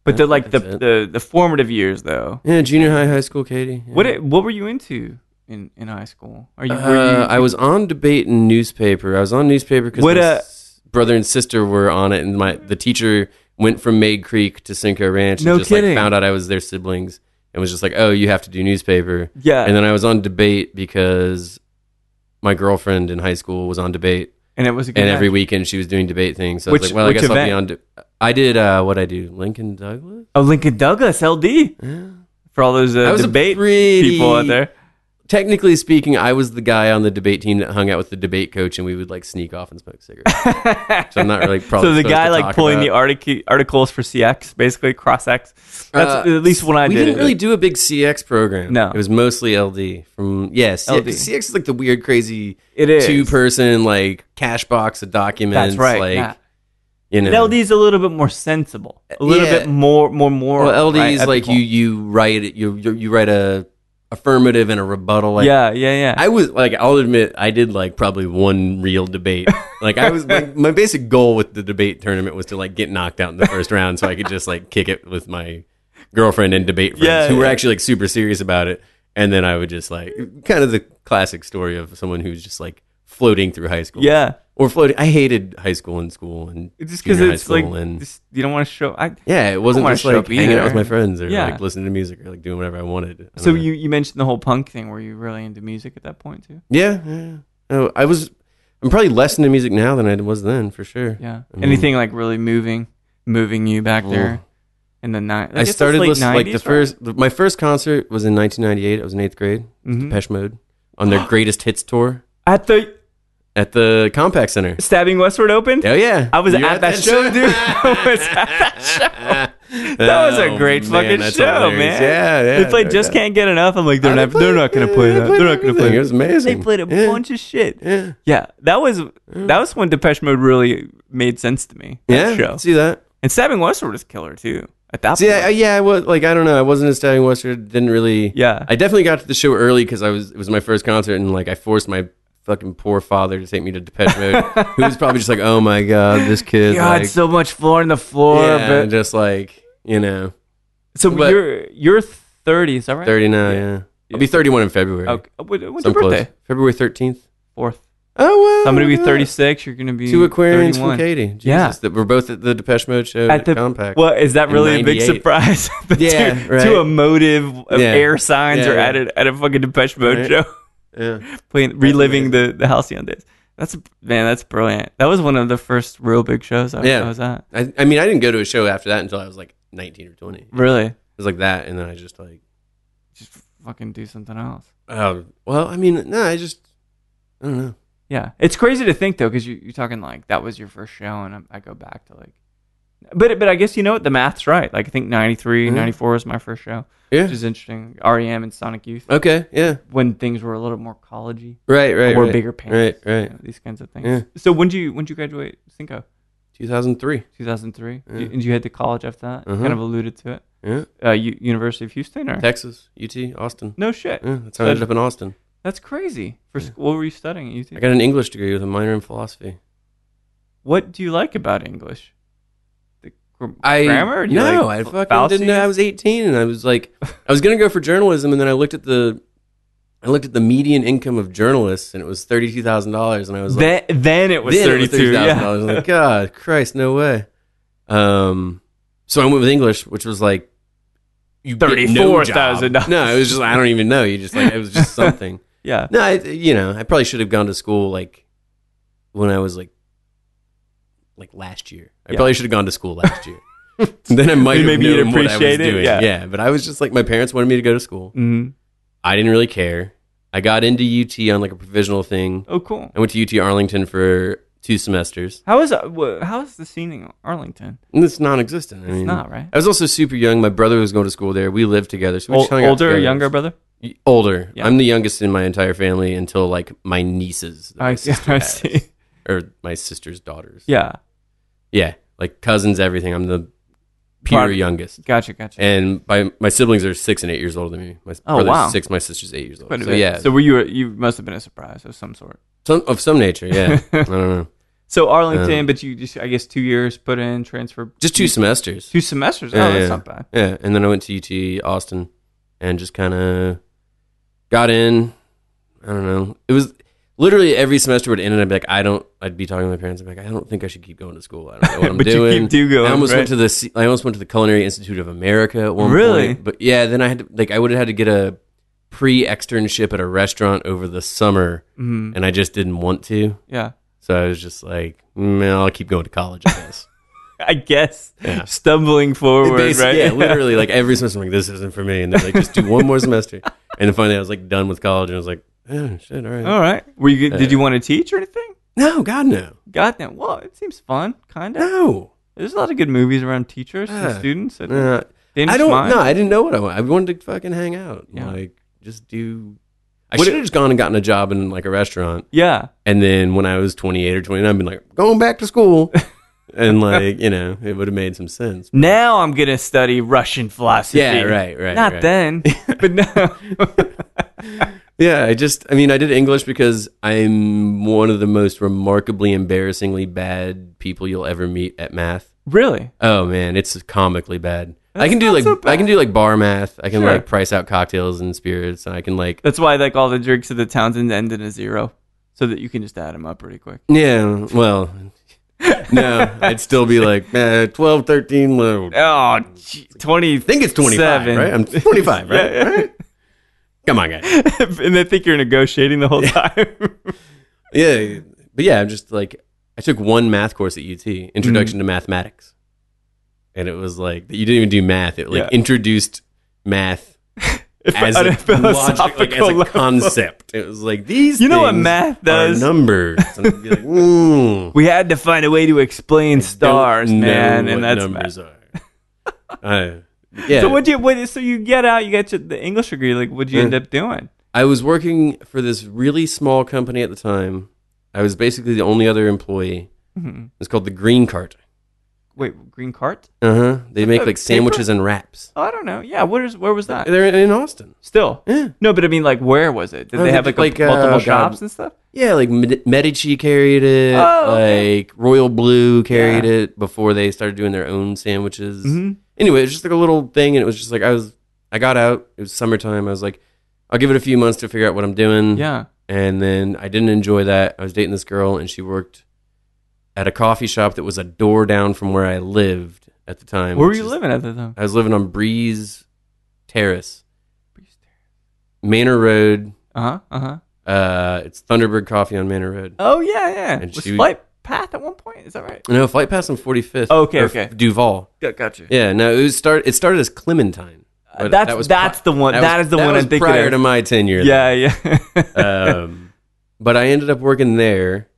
Speaker 1: but the like the,
Speaker 2: that's it.
Speaker 1: the the formative years though.
Speaker 2: yeah, junior high, high school, Katy. yeah.
Speaker 1: What it, what were you into in, in high school? Are you, were you
Speaker 2: Uh, I was on debate in newspaper. I was on newspaper because
Speaker 1: What,
Speaker 2: my
Speaker 1: uh,
Speaker 2: s- brother and sister were on it, and my the teacher went from Maid Creek to Cinco Ranch.
Speaker 1: No
Speaker 2: and just,
Speaker 1: kidding.
Speaker 2: Like, found out I was their siblings and was just like, "Oh, you have to do newspaper."
Speaker 1: yeah,
Speaker 2: And then I was on debate because my girlfriend in high school was on debate.
Speaker 1: and it was a good
Speaker 2: and
Speaker 1: match.
Speaker 2: every weekend she was doing debate things. So I
Speaker 1: Which-
Speaker 2: was like, well, I
Speaker 1: which
Speaker 2: guess I'll be on. De- I did uh, what I do, Lincoln Douglas.
Speaker 1: Oh, Lincoln Douglas, LD. For all those
Speaker 2: I
Speaker 1: uh,
Speaker 2: was a
Speaker 1: debate
Speaker 2: pretty-
Speaker 1: people out there.
Speaker 2: Technically speaking, I was the guy on the debate team that hung out with the debate coach, and we would like sneak off and smoke cigarettes. so I'm not really probably.
Speaker 1: So the
Speaker 2: supposed
Speaker 1: guy
Speaker 2: to
Speaker 1: like
Speaker 2: talk
Speaker 1: pulling
Speaker 2: about.
Speaker 1: the artic- articles for CX, basically cross X. That's
Speaker 2: Uh,
Speaker 1: at least when I
Speaker 2: we
Speaker 1: did
Speaker 2: didn't
Speaker 1: it.
Speaker 2: really do a big CX program.
Speaker 1: No.
Speaker 2: it was mostly LD from yes. Yeah,
Speaker 1: LD.
Speaker 2: CX, is like the weird, crazy
Speaker 1: It is.
Speaker 2: two person like cash box of documents.
Speaker 1: That's right.
Speaker 2: Like
Speaker 1: yeah.
Speaker 2: you know,
Speaker 1: And LD is a little bit more sensible, a little
Speaker 2: Yeah.
Speaker 1: bit more more more.
Speaker 2: Well, LD
Speaker 1: right,
Speaker 2: is like
Speaker 1: ethical.
Speaker 2: you you write it you you, you write a affirmative and a rebuttal. Like,
Speaker 1: yeah, yeah, yeah.
Speaker 2: I was like, I'll admit, I did like probably one real debate. Like, I was my, my basic goal with the debate tournament was to like get knocked out in the first round, so I could just like kick it with my girlfriend and debate friends
Speaker 1: Yeah,
Speaker 2: who were
Speaker 1: yeah.
Speaker 2: actually like super serious about it. And then I would just like kind of the classic story of someone who's just like floating through high school.
Speaker 1: yeah.
Speaker 2: or floating. I hated high school and school and
Speaker 1: It's just because
Speaker 2: junior high
Speaker 1: it's like
Speaker 2: school and
Speaker 1: just- you don't want to show. I,
Speaker 2: yeah, it wasn't
Speaker 1: wanna
Speaker 2: just
Speaker 1: show
Speaker 2: like
Speaker 1: up
Speaker 2: hanging out
Speaker 1: either.
Speaker 2: with my friends or
Speaker 1: Yeah.
Speaker 2: like listening to music or like doing whatever I wanted. I don't
Speaker 1: so
Speaker 2: know.
Speaker 1: you you mentioned the whole punk thing. Were you really into music at that point too?
Speaker 2: Yeah, yeah. Oh, I was. I'm probably less into music now than I was then, for sure.
Speaker 1: Yeah.
Speaker 2: I mean-
Speaker 1: Anything like really moving, moving you back
Speaker 2: Ooh.
Speaker 1: there in the night.
Speaker 2: I started listening like the first. The, my first concert was in 1998. I was in eighth grade.
Speaker 1: Mm-hmm.
Speaker 2: Pesh Mode on their Greatest Hits tour
Speaker 1: at the
Speaker 2: at the Compact Center.
Speaker 1: stabbing Westward Open.
Speaker 2: Oh yeah,
Speaker 1: I was
Speaker 2: You were
Speaker 1: at that show, dude. I was at that show. That was a
Speaker 2: Oh,
Speaker 1: great
Speaker 2: man,
Speaker 1: fucking
Speaker 2: that's
Speaker 1: show,
Speaker 2: hilarious.
Speaker 1: man.
Speaker 2: Yeah, yeah.
Speaker 1: they played "Just Can't Get Enough." I'm like, they're not, they're not gonna play that. They're not gonna play.
Speaker 2: It
Speaker 1: that.
Speaker 2: was amazing.
Speaker 1: They played a
Speaker 2: Yeah,
Speaker 1: bunch of shit.
Speaker 2: Yeah,
Speaker 1: Yeah, that was that was when Depeche Mode really made sense to me.
Speaker 2: yeah.
Speaker 1: That show
Speaker 2: See that?
Speaker 1: and Stabbing Westward is killer too. At that
Speaker 2: See,
Speaker 1: point,
Speaker 2: I, I- yeah, I was like, I don't know, I wasn't a Stabbing Westward. Didn't really.
Speaker 1: Yeah.
Speaker 2: I definitely got to the show early because I was it was my first concert, and like I forced my fucking poor father to take me to Depeche Mode, who was probably just like, oh my god, this kid,
Speaker 1: God,
Speaker 2: like,
Speaker 1: so much floor in the floor.
Speaker 2: yeah, and
Speaker 1: but,
Speaker 2: just like you know,
Speaker 1: so
Speaker 2: but-
Speaker 1: you're you're 30, is that right?
Speaker 2: thirty now, yeah. I'll be thirty-one in February.
Speaker 1: Okay. uh, When- When's
Speaker 2: So I'm
Speaker 1: your birthday?
Speaker 2: February thirteenth.
Speaker 1: Fourth.
Speaker 2: Oh wow,
Speaker 1: So I'm gonna be
Speaker 2: look at
Speaker 1: 36. You're gonna be
Speaker 2: that. Two Aquarians
Speaker 1: 31.
Speaker 2: from Katie. Jesus,
Speaker 1: Yeah.
Speaker 2: that we're both at the Depeche Mode show
Speaker 1: At
Speaker 2: at
Speaker 1: the-
Speaker 2: the Compact.
Speaker 1: Well, is that
Speaker 2: In
Speaker 1: really a big
Speaker 2: 98.
Speaker 1: surprise? The
Speaker 2: Yeah,
Speaker 1: two,
Speaker 2: right.
Speaker 1: two emotive uh,
Speaker 2: Yeah.
Speaker 1: air signs
Speaker 2: Yeah,
Speaker 1: are
Speaker 2: yeah.
Speaker 1: at a, at a fucking Depeche Mode
Speaker 2: Right.
Speaker 1: show,
Speaker 2: Yeah.
Speaker 1: playing reliving the the Halcyon days. That's man, that's brilliant. That was one of the first real big shows I,
Speaker 2: Yeah.
Speaker 1: I was at.
Speaker 2: I, I mean, I didn't go to a show after that until I was like nineteen or twenty. It
Speaker 1: Really,
Speaker 2: was like that, and then I just like.
Speaker 1: just fucking do something else.
Speaker 2: Oh well, I mean, no, I just I don't know.
Speaker 1: Yeah, it's crazy to think though, because you, you're talking like that was your first show, and I'm, I go back to like But but I guess you know what the math's right. Like I think 93,
Speaker 2: Mhm.
Speaker 1: 94 was my first show,
Speaker 2: Yeah.
Speaker 1: which is interesting. REM and Sonic Youth
Speaker 2: okay. Yeah.
Speaker 1: when things were a little more collegey,
Speaker 2: Right. Right.
Speaker 1: or
Speaker 2: right.
Speaker 1: bigger pants,
Speaker 2: Right.
Speaker 1: you
Speaker 2: Right.
Speaker 1: know, these kinds of things.
Speaker 2: Yeah.
Speaker 1: So when did you when did you graduate Cinco?
Speaker 2: 2003.
Speaker 1: 2003.
Speaker 2: Yeah.
Speaker 1: And you head to college after that. You
Speaker 2: Mhm.
Speaker 1: Kind of alluded to it.
Speaker 2: Yeah.
Speaker 1: Uh, U- University of Houston or
Speaker 2: Texas. UT. Austin.
Speaker 1: no shit.
Speaker 2: Yeah, that's how I ended up in Austin.
Speaker 1: That's crazy. For school, what were you studying at UT?
Speaker 2: I got an English degree with a minor in philosophy.
Speaker 1: What do you like about English? The gr-
Speaker 2: I
Speaker 1: grammar? Do you
Speaker 2: no,
Speaker 1: like
Speaker 2: I
Speaker 1: fa-
Speaker 2: fucking
Speaker 1: fallacies?
Speaker 2: didn't. know. I was 18, and I was like, I was gonna go for journalism, and then I looked at the, I looked at the median income of journalists, and it was thirty two thousand dollars, and I was like,
Speaker 1: then, then it was
Speaker 2: then it was
Speaker 1: 32. yeah.
Speaker 2: $30,000. Like, God, Christ, no way. Um, so I went with English, which was like you get no
Speaker 1: $34,000.
Speaker 2: job. No, it was just I don't even know. You just like it was just something.
Speaker 1: yeah.
Speaker 2: No, I, you know, I probably should have gone to school like when I was like like last year. I
Speaker 1: Yeah.
Speaker 2: probably should have gone to school last year. then I might have
Speaker 1: Maybe you'd
Speaker 2: known what I was
Speaker 1: appreciate it,
Speaker 2: doing.
Speaker 1: yeah.
Speaker 2: but I was just like my parents wanted me to go to school.
Speaker 1: Mhm.
Speaker 2: I didn't really care. I got into UT on like a provisional thing.
Speaker 1: Oh, cool.
Speaker 2: I went to UT Arlington for two semesters.
Speaker 1: How is uh, wh- how is the scene in Arlington?
Speaker 2: And it's non-existent. I
Speaker 1: It's
Speaker 2: mean,
Speaker 1: not right.
Speaker 2: I was also super young. My brother was going to school there. We lived together, so we
Speaker 1: Ol-
Speaker 2: just hung out
Speaker 1: older, or
Speaker 2: together.
Speaker 1: younger brother.
Speaker 2: Y- older.
Speaker 1: Yeah.
Speaker 2: I'm the youngest in my entire family until like my nieces
Speaker 1: I see. I see.
Speaker 2: or my sister's daughters.
Speaker 1: Yeah.
Speaker 2: Yeah, like cousins, everything. I'm the pure
Speaker 1: Prod-
Speaker 2: youngest,
Speaker 1: Gotcha. Gotcha.
Speaker 2: and my my siblings are six and eight years older than me. My
Speaker 1: Oh,
Speaker 2: brother's
Speaker 1: wow.
Speaker 2: six, my sister's eight years old.
Speaker 1: Quite a
Speaker 2: So
Speaker 1: bit.
Speaker 2: yeah,
Speaker 1: So were you? a- You must have been a surprise of some sort.
Speaker 2: some, of some nature. Yeah, I don't know.
Speaker 1: So Arlington,
Speaker 2: Um,
Speaker 1: but you just I guess two years put in transfer.
Speaker 2: Just two semesters.
Speaker 1: Two semesters.
Speaker 2: Yeah,
Speaker 1: oh, that's
Speaker 2: yeah.
Speaker 1: not bad.
Speaker 2: Yeah, and then I went to UT Austin, and just kind of got in. I don't know. It was literally every semester would end, and I'd be like, I don't. I'd be talking to my parents. I'd be like, I don't think I should keep going to school. I don't know what I'm
Speaker 1: but
Speaker 2: doing.
Speaker 1: you keep do going.
Speaker 2: I almost
Speaker 1: right?
Speaker 2: went to the C- I almost went to the Culinary Institute of America at one
Speaker 1: Really?
Speaker 2: point. But yeah, then I had to like I would have had to get a pre externship at a restaurant over the summer,
Speaker 1: Mhm.
Speaker 2: and I just didn't want to.
Speaker 1: Yeah.
Speaker 2: So I was just like, mm, I'll keep going to college. I guess.
Speaker 1: I guess
Speaker 2: Yeah.
Speaker 1: stumbling forward,
Speaker 2: Basi-
Speaker 1: right?
Speaker 2: Yeah, literally like every semester, I'm like this isn't for me, and they're like just do one more semester, and then finally I was like done with college, and I was like, oh shit, all right,
Speaker 1: All right. Were you? good- Did
Speaker 2: Yeah.
Speaker 1: you want to teach or anything?
Speaker 2: no, God no,
Speaker 1: God damn. Well, it seems fun, kind of.
Speaker 2: no.
Speaker 1: There's a lot of good movies around teachers and
Speaker 2: Yeah.
Speaker 1: students. And
Speaker 2: Uh,
Speaker 1: they
Speaker 2: I don't
Speaker 1: smile.
Speaker 2: know. I didn't know what I wanted. I wanted to fucking hang out,
Speaker 1: Yeah.
Speaker 2: like just do. I
Speaker 1: What-
Speaker 2: should have just gone and gotten a job in like a restaurant,
Speaker 1: Yeah.
Speaker 2: and then when I was 28 or 29, I'd been like going back to school, and like you know, it would have made some sense.
Speaker 1: Now I'm gonna study Russian philosophy.
Speaker 2: Yeah, right, right.
Speaker 1: Not
Speaker 2: right.
Speaker 1: then, but now.
Speaker 2: Yeah, I just, I mean, I did English because I'm one of the most remarkably embarrassingly bad people you'll ever meet at math.
Speaker 1: really?
Speaker 2: Oh man, it's comically bad. I
Speaker 1: That's
Speaker 2: can do
Speaker 1: not
Speaker 2: like
Speaker 1: so bad.
Speaker 2: I can do like bar math. I can
Speaker 1: Sure.
Speaker 2: like price out cocktails and spirits, and I can like
Speaker 1: That's why like all the drinks at the Townsend end in a zero, so that you can just add them up pretty quick.
Speaker 2: yeah. Well, no, I'd still be like eh, 12, 13. Well, I
Speaker 1: Oh, gee, 20.
Speaker 2: think it's 25,
Speaker 1: Seven.
Speaker 2: right? I'm 25, right? right? Come on, guys.
Speaker 1: and they think you're negotiating the whole time.
Speaker 2: Yeah, but yeah, I'm just like I took one math course at UT,
Speaker 1: Mm-hmm.
Speaker 2: Introduction to Mathematics, and it was like you didn't even do math; it like
Speaker 1: Yeah.
Speaker 2: introduced math as
Speaker 1: on a
Speaker 2: a, logic, like, as
Speaker 1: philosophical
Speaker 2: a
Speaker 1: level.
Speaker 2: concept. It was like these.
Speaker 1: You know what
Speaker 2: things
Speaker 1: math
Speaker 2: are
Speaker 1: does?
Speaker 2: numbers. And I'd be like, mm,
Speaker 1: we had to find a way to explain stars,
Speaker 2: don't know
Speaker 1: man,
Speaker 2: what
Speaker 1: and that's
Speaker 2: numbers are. I- yeah.
Speaker 1: So what do you? What, so you get out, you get your, the English degree. Like, what'd you end up doing?
Speaker 2: I was working for this really small company at the time. I was basically the only other employee.
Speaker 1: Mhm.
Speaker 2: It's called the Green Cart.
Speaker 1: Wait, green cart?
Speaker 2: Uh huh. They make
Speaker 1: that
Speaker 2: like
Speaker 1: paper?
Speaker 2: sandwiches and wraps.
Speaker 1: Oh, I don't know. Yeah, where is where was that?
Speaker 2: They're in Austin.
Speaker 1: Still,
Speaker 2: Yeah.
Speaker 1: no, but I mean, like, where was it? Did
Speaker 2: Oh,
Speaker 1: they
Speaker 2: they
Speaker 1: have
Speaker 2: did,
Speaker 1: like, a-
Speaker 2: like, uh,
Speaker 1: multiple
Speaker 2: God.
Speaker 1: shops and stuff?
Speaker 2: Yeah, like Med- Medici carried it,
Speaker 1: Oh, okay.
Speaker 2: like Royal Blue carried
Speaker 1: Yeah.
Speaker 2: it before they started doing their own sandwiches.
Speaker 1: Mhm.
Speaker 2: Anyway, it was just like a little thing, and it was just like I was, I got out. It was summertime. I was like, I'll give it a few months to figure out what I'm doing.
Speaker 1: Yeah.
Speaker 2: and then I didn't enjoy that. I was dating this girl, and she worked at a coffee shop that was a door down from where I lived at the time.
Speaker 1: Where were
Speaker 2: which
Speaker 1: you
Speaker 2: is-
Speaker 1: living at the time?
Speaker 2: I was living on Breeze Terrace, Manor Road.
Speaker 1: Uh huh. Uh huh.
Speaker 2: Uh, it's Thunderbird Coffee on Manor Road.
Speaker 1: Oh yeah, yeah.
Speaker 2: And
Speaker 1: Was
Speaker 2: she-
Speaker 1: flight path at one point? Is that right?
Speaker 2: No, flight pass on 45th.
Speaker 1: Oh, Okay,
Speaker 2: or
Speaker 1: okay.
Speaker 2: Duval.
Speaker 1: Got, gotcha.
Speaker 2: Yeah, no, it was start. It started as Clementine.
Speaker 1: Uh,
Speaker 2: But
Speaker 1: that's
Speaker 2: that was
Speaker 1: that's the one.
Speaker 2: pri-
Speaker 1: that
Speaker 2: was-
Speaker 1: is the one
Speaker 2: was
Speaker 1: I'm thinking
Speaker 2: prior
Speaker 1: of.
Speaker 2: to my tenure. Uh,
Speaker 1: yeah, yeah.
Speaker 2: there. Um, but I ended up working there,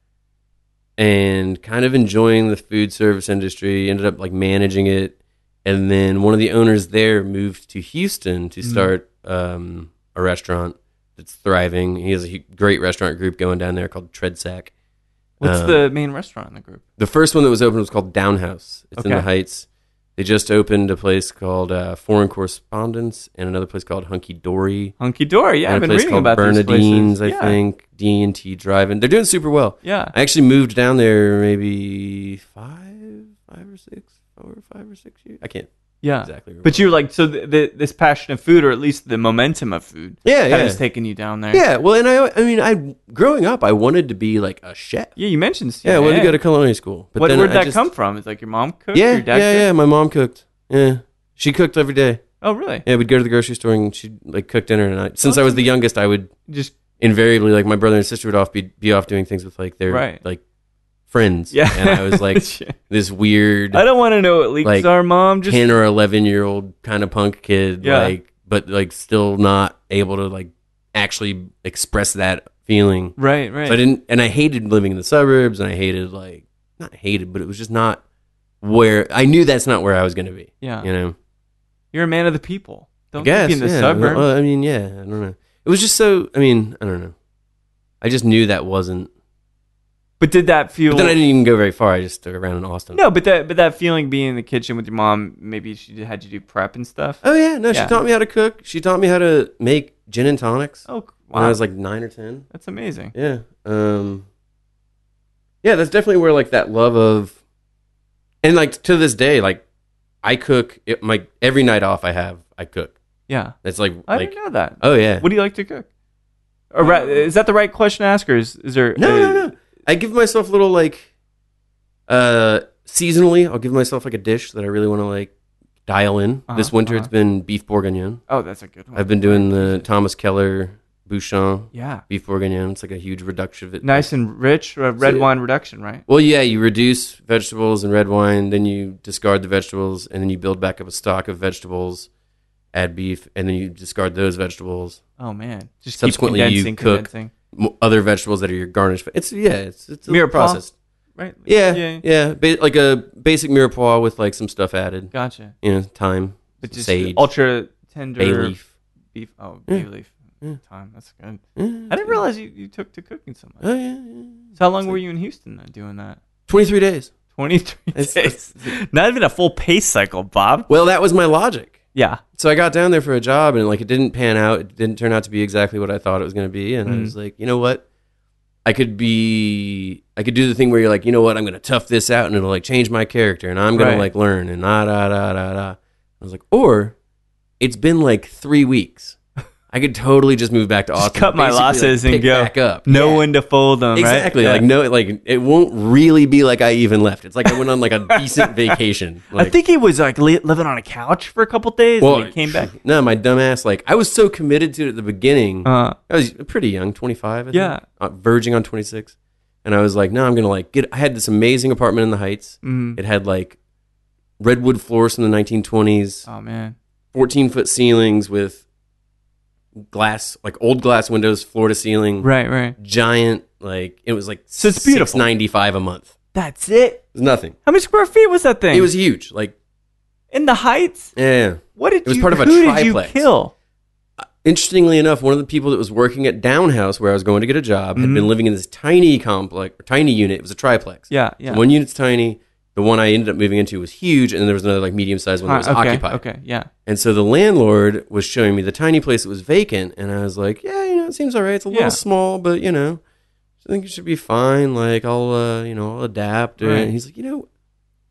Speaker 2: and kind of enjoying the food service industry. Ended up like managing it, and then one of the owners there moved to Houston to start um, a restaurant that's thriving. He has a hu- great restaurant group going down there called Tredsac.
Speaker 1: What's
Speaker 2: Um,
Speaker 1: the main restaurant in the group?
Speaker 2: The first one that was open was called Downhouse. It's in
Speaker 1: Okay.
Speaker 2: the Heights. They just opened a place called uh, Foreign Correspondence and another place called Hunky Dory.
Speaker 1: Hunky Dory. Yeah,
Speaker 2: and
Speaker 1: I've
Speaker 2: a
Speaker 1: been
Speaker 2: place
Speaker 1: reading
Speaker 2: called
Speaker 1: about these
Speaker 2: Bernadine's,
Speaker 1: places.
Speaker 2: I
Speaker 1: yeah.
Speaker 2: think. D and T Drive-In. They're doing super well.
Speaker 1: Yeah.
Speaker 2: I actually moved down there maybe five, five or six, four, five or six years. I can't
Speaker 1: Yeah.
Speaker 2: exactly. remember.
Speaker 1: But you're like, so th the, this passion of food, or at least the momentum of food,
Speaker 2: yeah,
Speaker 1: kind of
Speaker 2: yeah,
Speaker 1: has taken you down there.
Speaker 2: yeah. Well, and I, I mean, I growing up, I wanted to be like a chef.
Speaker 1: Yeah, you mentioned.
Speaker 2: Yeah, I wanted to go to culinary school. But
Speaker 1: what,
Speaker 2: then
Speaker 1: where'd
Speaker 2: I
Speaker 1: that
Speaker 2: just-
Speaker 1: come from? It's like your mom cooked.
Speaker 2: Yeah,
Speaker 1: your dad
Speaker 2: yeah,
Speaker 1: cooked?
Speaker 2: yeah. My mom cooked. Yeah, she cooked every day.
Speaker 1: Oh, really?
Speaker 2: Yeah, we'd go to the grocery store and she'd like cook dinner. And I, since I was the youngest, I would
Speaker 1: Just
Speaker 2: invariably like my brother and sister would off be, be off doing things with like their
Speaker 1: Right.
Speaker 2: like friends.
Speaker 1: yeah.
Speaker 2: and I was like this weird
Speaker 1: I don't want to know what leaks
Speaker 2: like,
Speaker 1: are, mom. Just
Speaker 2: ten or eleven year old kind of punk kid.
Speaker 1: Yeah.
Speaker 2: like but like still not able to like actually express that feeling.
Speaker 1: right, right.
Speaker 2: So I didn't, and I hated living in the suburbs, and I hated like not hated, but it was just not where I knew that's not where I was going to be.
Speaker 1: yeah,
Speaker 2: You know.
Speaker 1: you're a man of the people. Don't
Speaker 2: guess,
Speaker 1: be in the
Speaker 2: yeah.
Speaker 1: suburbs.
Speaker 2: Well, I mean, yeah, I don't know. It was just so. I mean, I don't know. I just knew that wasn't.
Speaker 1: but did that feel?
Speaker 2: But then I didn't even go very far. I just stuck around in Austin.
Speaker 1: no, but that but that feeling being in the kitchen with your mom, maybe she had you do prep and stuff.
Speaker 2: Oh yeah, no.
Speaker 1: Yeah.
Speaker 2: She taught me how to cook. She taught me how to make gin and tonics
Speaker 1: Oh,
Speaker 2: when I
Speaker 1: wow,
Speaker 2: was like nine or ten.
Speaker 1: that's amazing.
Speaker 2: Yeah. Um. Yeah, that's definitely where like that love of, and like to this day, like I cook it, my every night off I have I cook.
Speaker 1: Yeah,
Speaker 2: That's like
Speaker 1: I
Speaker 2: like
Speaker 1: didn't know that.
Speaker 2: oh yeah.
Speaker 1: What do you like to cook? Or ra- is that the right question to ask, or is, is there?
Speaker 2: No,
Speaker 1: uh,
Speaker 2: no, no. I give myself little like uh seasonally, I'll give myself like a dish that I really want to like dial in.
Speaker 1: Uh-huh,
Speaker 2: this winter
Speaker 1: uh-huh.
Speaker 2: it's been beef bourguignon.
Speaker 1: Oh, that's a good one.
Speaker 2: I've been doing the Thomas Keller Bouchon
Speaker 1: yeah,
Speaker 2: beef bourguignon. It's like a huge reduction of it.
Speaker 1: nice and rich uh, red
Speaker 2: So-
Speaker 1: wine reduction, right?
Speaker 2: Well, yeah, you reduce vegetables and red wine, then you discard the vegetables, and then you build back up a stock of vegetables, add beef, and then you discard those vegetables.
Speaker 1: Oh man, just
Speaker 2: Subsequently,
Speaker 1: keep
Speaker 2: you
Speaker 1: condensing,
Speaker 2: cook-
Speaker 1: condensing,
Speaker 2: M- Other vegetables that are your garnish. It's yeah, it's it's a
Speaker 1: Mirepoix?
Speaker 2: process.
Speaker 1: right?
Speaker 2: Yeah,
Speaker 1: yeah,
Speaker 2: yeah, Ba- like a basic mirepoix with like some stuff added.
Speaker 1: gotcha.
Speaker 2: You know, thyme,
Speaker 1: But
Speaker 2: some
Speaker 1: just
Speaker 2: sage,
Speaker 1: ultra tender
Speaker 2: bay leaf.
Speaker 1: beef. Oh,
Speaker 2: Yeah.
Speaker 1: bay leaf.
Speaker 2: Yeah.
Speaker 1: Time. That's good.
Speaker 2: Yeah.
Speaker 1: I didn't realize you, you took to cooking so much.
Speaker 2: Oh yeah. yeah.
Speaker 1: So how long were you in Houston then doing that?
Speaker 2: Twenty-three days.
Speaker 1: 23
Speaker 2: It's-
Speaker 1: days. Not even a full pace cycle, Bob.
Speaker 2: Well, that was my logic.
Speaker 1: Yeah.
Speaker 2: So I got down there for a job, and like it didn't pan out. It didn't turn out to be exactly what I thought it was going to be, and I
Speaker 1: Mm.
Speaker 2: was like, you know what? I could be, I could do the thing where you're like, you know what? I'm going to tough this out, and it'll like change my character, and I'm going
Speaker 1: Right.
Speaker 2: to like learn, and ah da da da da. I was like, or it's been like three weeks. I could totally just move back to
Speaker 1: Just
Speaker 2: Austin,
Speaker 1: cut my
Speaker 2: basically, like,
Speaker 1: losses and
Speaker 2: pick
Speaker 1: go.
Speaker 2: back up.
Speaker 1: No
Speaker 2: Yeah.
Speaker 1: one to fold them, right?
Speaker 2: Exactly.
Speaker 1: Yeah.
Speaker 2: Like no, like it won't really be like I even left. It's like I went on like a decent vacation. Like,
Speaker 1: I think he was like li- living on a couch for a couple days and he came back.
Speaker 2: No, my dumbass. Like I was so committed to it at the beginning.
Speaker 1: Uh,
Speaker 2: I was pretty young, twenty five.
Speaker 1: Yeah.
Speaker 2: uh, verging on twenty six. And I was like, no, I'm gonna like get. I had this amazing apartment in the Heights.
Speaker 1: mm.
Speaker 2: It had like redwood floors from the 1920s,
Speaker 1: Oh man.
Speaker 2: 14 foot ceilings with glass, like old glass windows, floor to ceiling,
Speaker 1: Right, right.
Speaker 2: giant. Like it was like
Speaker 1: So it's beautiful.
Speaker 2: ninety five a month.
Speaker 1: That's it.
Speaker 2: It was nothing.
Speaker 1: How many square feet was that thing?
Speaker 2: It was huge. Like
Speaker 1: in the heights.
Speaker 2: yeah.
Speaker 1: What did
Speaker 2: It was
Speaker 1: you?
Speaker 2: part of a
Speaker 1: who did
Speaker 2: triplex.
Speaker 1: you kill?
Speaker 2: interestingly enough, one of the people that was working at Downhouse, where I was going to get a job, had been living in this tiny complex, or tiny unit. It was a triplex.
Speaker 1: Mm-hmm. Yeah, yeah.
Speaker 2: So one unit's tiny. The one I ended up moving into was huge, and then there was another like medium sized one that was
Speaker 1: Huh, Ah, okay,
Speaker 2: occupied.
Speaker 1: okay, yeah.
Speaker 2: And so the landlord was showing me the tiny place that was vacant, and I was like, "Yeah, you know, it seems all right. It's a
Speaker 1: Yeah.
Speaker 2: little small, but you know, I think it should be fine. Like I'll, uh, you know, I'll adapt."
Speaker 1: Right.
Speaker 2: And he's like, "You know,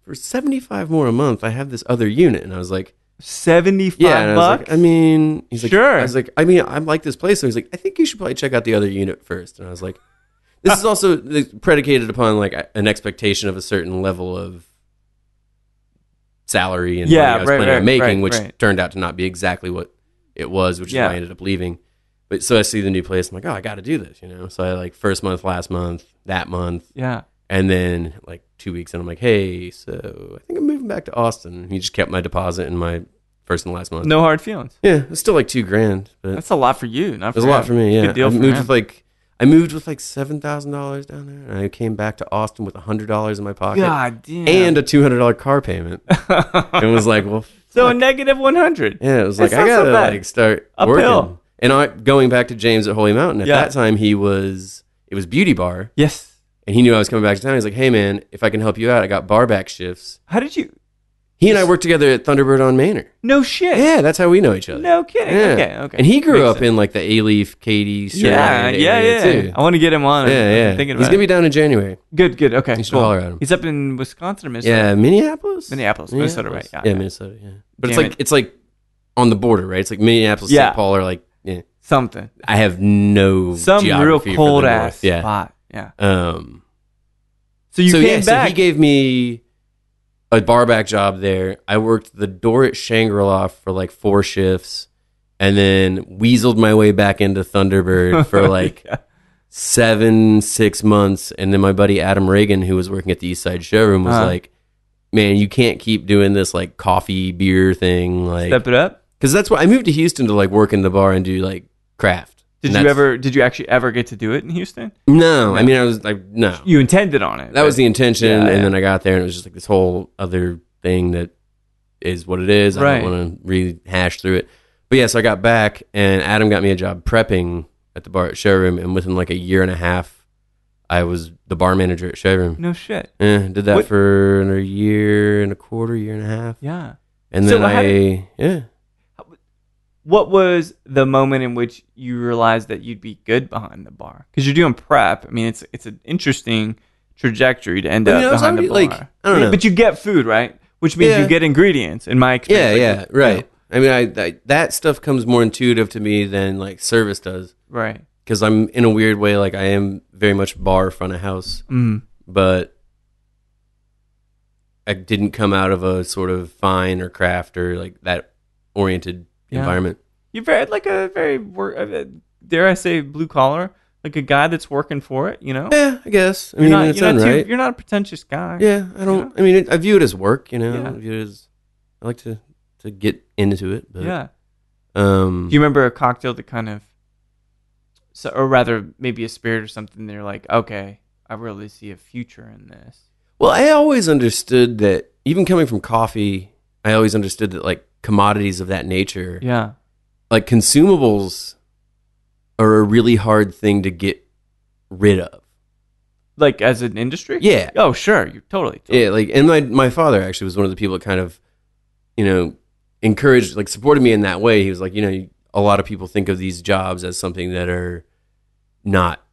Speaker 2: for seventy five more a month, I have this other unit," and I was like.
Speaker 1: Seventy-five
Speaker 2: Yeah, and I was
Speaker 1: bucks.
Speaker 2: like, I mean, he's like,
Speaker 1: Sure.
Speaker 2: I was like, I mean, I like this place. So he's like, I think you should probably check out the other unit first. And I was like, this
Speaker 1: Uh.
Speaker 2: is also predicated upon like a- an expectation of a certain level of salary and
Speaker 1: Yeah,
Speaker 2: money I was
Speaker 1: right,
Speaker 2: planning
Speaker 1: right,
Speaker 2: on making,
Speaker 1: right,
Speaker 2: which
Speaker 1: right.
Speaker 2: turned out to not be exactly what it was, which is
Speaker 1: Yeah.
Speaker 2: why I ended up leaving. But so I see the new place. I'm like, oh, I got to do this, you know. So I like first month, last month, that month,
Speaker 1: yeah.
Speaker 2: and then like two weeks, and I'm like, hey, so I think I'm moving back to Austin. He just kept my deposit and my first and last month.
Speaker 1: No hard feelings.
Speaker 2: Yeah, it's still like two grand, but
Speaker 1: That's a lot for you. Not
Speaker 2: it was
Speaker 1: for
Speaker 2: a lot
Speaker 1: him.
Speaker 2: for me. Yeah,
Speaker 1: Good deal
Speaker 2: I
Speaker 1: for
Speaker 2: moved
Speaker 1: him.
Speaker 2: with like I moved with like seven thousand dollars down there, and I came back to Austin with hundred dollars in my pocket
Speaker 1: God damn.
Speaker 2: and a two hundred dollar car payment. and was like, well,
Speaker 1: so a negative 100.
Speaker 2: yeah, it was
Speaker 1: That's
Speaker 2: like I
Speaker 1: not so
Speaker 2: gotta
Speaker 1: bad.
Speaker 2: like start
Speaker 1: Uphill.
Speaker 2: working. And I going back to James at Holy Mountain at
Speaker 1: Yeah.
Speaker 2: that time, he was it was Beauty Bar,
Speaker 1: Yes.
Speaker 2: and he knew I was coming back to town. He's like, hey man, if I can help you out, I got bar back shifts.
Speaker 1: How did you?
Speaker 2: He and I worked together at Thunderbird on Manor.
Speaker 1: No shit.
Speaker 2: Yeah, that's how we know each other.
Speaker 1: No kidding.
Speaker 2: Yeah.
Speaker 1: Okay. Okay.
Speaker 2: And he grew
Speaker 1: Makes
Speaker 2: up
Speaker 1: sense.
Speaker 2: in like the A Leaf, Katy, Sterling
Speaker 1: Yeah, yeah,
Speaker 2: area,
Speaker 1: yeah.
Speaker 2: Too.
Speaker 1: I want to get him on. I'm-
Speaker 2: Yeah,
Speaker 1: I'm
Speaker 2: yeah.
Speaker 1: Thinking
Speaker 2: He's
Speaker 1: about
Speaker 2: gonna be
Speaker 1: it.
Speaker 2: down in January.
Speaker 1: good. Good. Okay.
Speaker 2: You should holler at him.
Speaker 1: He's up in Wisconsin or Minnesota.
Speaker 2: Yeah, Minneapolis.
Speaker 1: Minneapolis, Minnesota, right, yeah,
Speaker 2: Yeah,
Speaker 1: yeah.
Speaker 2: Minnesota. Yeah, but it's
Speaker 1: Damn
Speaker 2: like it's like on the border, right? It's like Minneapolis,
Speaker 1: Yeah.
Speaker 2: St. Paul, or like yeah.
Speaker 1: Something.
Speaker 2: I have no
Speaker 1: Some real
Speaker 2: geography for the
Speaker 1: cold
Speaker 2: north.
Speaker 1: ass
Speaker 2: Yeah.
Speaker 1: spot. Yeah.
Speaker 2: Um.
Speaker 1: So you
Speaker 2: so
Speaker 1: came
Speaker 2: yeah, so
Speaker 1: back.
Speaker 2: he gave me a barback job there. I worked the door at Shangri La for like four shifts, and then weaseled my way back into Thunderbird for like
Speaker 1: Yeah.
Speaker 2: seven, six months. And then my buddy Adam Reagan, who was working at the East Side Showroom, was
Speaker 1: Uh-huh.
Speaker 2: like, man, you can't keep doing this like coffee, beer thing. Like,
Speaker 1: Step it up.
Speaker 2: because that's what I moved to Houston to like work in the bar and do like craft.
Speaker 1: Did
Speaker 2: And
Speaker 1: you
Speaker 2: that's-
Speaker 1: ever? Did you actually ever get to do it in Houston?
Speaker 2: No, I mean, I was like, no.
Speaker 1: You intended on it.
Speaker 2: That was the intention.
Speaker 1: Yeah,
Speaker 2: and
Speaker 1: yeah.
Speaker 2: then I got there and it was just like this whole other thing that is what it is. I
Speaker 1: Right.
Speaker 2: don't want to rehash through it. But yeah, so I got back and Adam got me a job prepping at the bar at Showroom. And within like a year and a half, I was the bar manager at Showroom.
Speaker 1: no shit.
Speaker 2: Eh, did that
Speaker 1: What-
Speaker 2: for a year and a quarter, year and a half,
Speaker 1: Yeah.
Speaker 2: and
Speaker 1: So
Speaker 2: then
Speaker 1: how
Speaker 2: I
Speaker 1: did-
Speaker 2: yeah.
Speaker 1: What was the moment in which you realized that you'd be good behind the bar? Because you're doing prep. I mean, it's it's an interesting trajectory to end
Speaker 2: I
Speaker 1: up
Speaker 2: mean, I was
Speaker 1: behind the bar.
Speaker 2: already, like, I don't
Speaker 1: Yeah,
Speaker 2: know.
Speaker 1: But you get food, right? Which means you
Speaker 2: Yeah.
Speaker 1: get ingredients. In my
Speaker 2: yeah,
Speaker 1: experience,
Speaker 2: yeah,
Speaker 1: like,
Speaker 2: right. I mean, I, I that stuff comes more intuitive to me than like service does
Speaker 1: right.
Speaker 2: because I'm in a weird way like I am very much bar front of house,
Speaker 1: Mm.
Speaker 2: but I didn't come out of a sort of fine or craft or like that oriented
Speaker 1: Yeah.
Speaker 2: environment.
Speaker 1: You're very like a very wor- uh, dare I say blue collar, like a guy that's working for it. You know,
Speaker 2: Yeah, I guess. I mean,
Speaker 1: you're not
Speaker 2: in its
Speaker 1: you're
Speaker 2: own
Speaker 1: not, too-
Speaker 2: right.
Speaker 1: you're not a pretentious guy.
Speaker 2: Yeah, I don't. I mean, it, I view it as work. You know,
Speaker 1: Yeah.
Speaker 2: I view it as I like to to get into it. But,
Speaker 1: yeah.
Speaker 2: Um.
Speaker 1: Do you remember a cocktail that kind of, so, or rather, maybe a spirit or something? They're like, okay, I really see a future in this.
Speaker 2: well, I always understood that even coming from coffee, I always understood that like commodities of that nature,
Speaker 1: Yeah,
Speaker 2: like consumables, are a really hard thing to get rid of.
Speaker 1: like as an industry.
Speaker 2: Yeah.
Speaker 1: Oh, sure, you totally. totally.
Speaker 2: Yeah, like and my my father actually was one of the people that kind of, you know, encouraged like supported me in that way. He was like, you know, a lot of people think of these jobs as something that are not,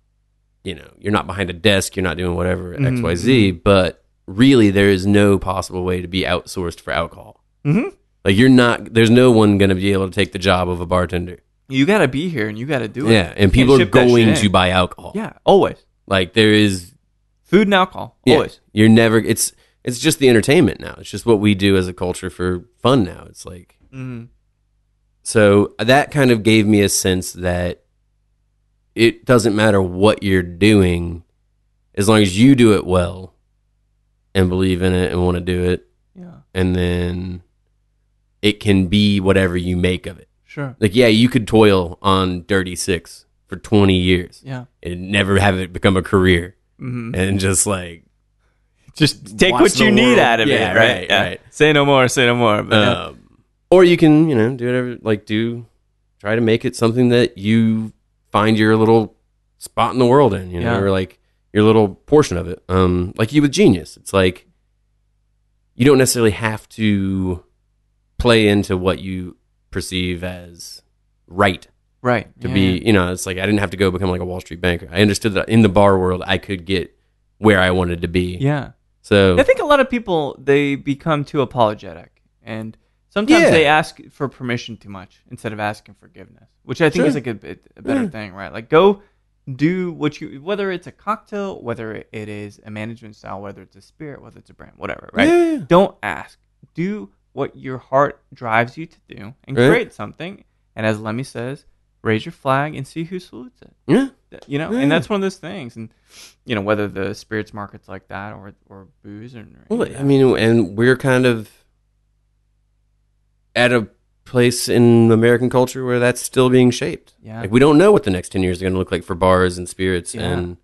Speaker 2: you know, you're not behind a desk, you're not doing whatever X
Speaker 1: Mhm,
Speaker 2: Y Z, but really there is no possible way to be outsourced for alcohol.
Speaker 1: Mhm.
Speaker 2: Like you're not there's no one going to be able to take the job of a bartender.
Speaker 1: You got to be here and you got to do it.
Speaker 2: Yeah, and
Speaker 1: You can't
Speaker 2: people are
Speaker 1: ship that shit
Speaker 2: going
Speaker 1: in.
Speaker 2: to buy alcohol.
Speaker 1: Yeah, always
Speaker 2: Like there is
Speaker 1: food and alcohol.
Speaker 2: yeah.
Speaker 1: Always.
Speaker 2: You're never it's it's just the entertainment now. It's just what we do as a culture for fun now. It's like
Speaker 1: Mm.
Speaker 2: so that kind of gave me a sense that it doesn't matter what you're doing as long as you do it well and believe in it and want to do it
Speaker 1: Yeah,
Speaker 2: and then it can be whatever you make of it.
Speaker 1: sure.
Speaker 2: Like yeah, you could toil on Dirty 6 for 20 years
Speaker 1: Yeah.
Speaker 2: and never have it become a career
Speaker 1: hmm
Speaker 2: and just like
Speaker 1: Just take
Speaker 2: watch
Speaker 1: what
Speaker 2: the
Speaker 1: you need
Speaker 2: world.
Speaker 1: out of
Speaker 2: Yeah,
Speaker 1: it, right?
Speaker 2: right,
Speaker 1: Yeah. Uh,
Speaker 2: right.
Speaker 1: Say no more. Say no more. But, yeah.
Speaker 2: Um, or you can, you know, do whatever, like do, try to make it something that you find your little spot in the world in, you know,
Speaker 1: Yeah.
Speaker 2: or like your little portion of it. Um, like you with genius, it's like you don't necessarily have to play into what you perceive as right
Speaker 1: right.
Speaker 2: to
Speaker 1: Yeah,
Speaker 2: be,
Speaker 1: yeah.
Speaker 2: you know, it's like I didn't have to go become like a Wall Street banker. I understood that in the bar world, I could get where I wanted to be.
Speaker 1: Yeah.
Speaker 2: So
Speaker 1: I think a lot of people they become too apologetic, and sometimes
Speaker 2: Yeah.
Speaker 1: they ask for permission too much instead of asking forgiveness, which I think is
Speaker 2: Sure.
Speaker 1: like a, bit- a better
Speaker 2: Yeah.
Speaker 1: thing, right? Like go do what you whether it's a cocktail, whether it is a management style, whether it's a spirit, whether it's a brand, whatever, right?
Speaker 2: Yeah.
Speaker 1: Don't ask. Do what your heart drives you to do, and
Speaker 2: Right.
Speaker 1: create something. And as Lemmy says, raise your flag and see who salutes it
Speaker 2: Yeah.
Speaker 1: that- you know,
Speaker 2: Yeah.
Speaker 1: and that's one of those things. And you know, whether the spirits market's like that or or booze or
Speaker 2: Well, I mean, and we're kind of at a place in American culture where that's still being shaped.
Speaker 1: Yeah.
Speaker 2: Like we don't know what the next 10 years are going to look like for bars and spirits
Speaker 1: Yeah.
Speaker 2: and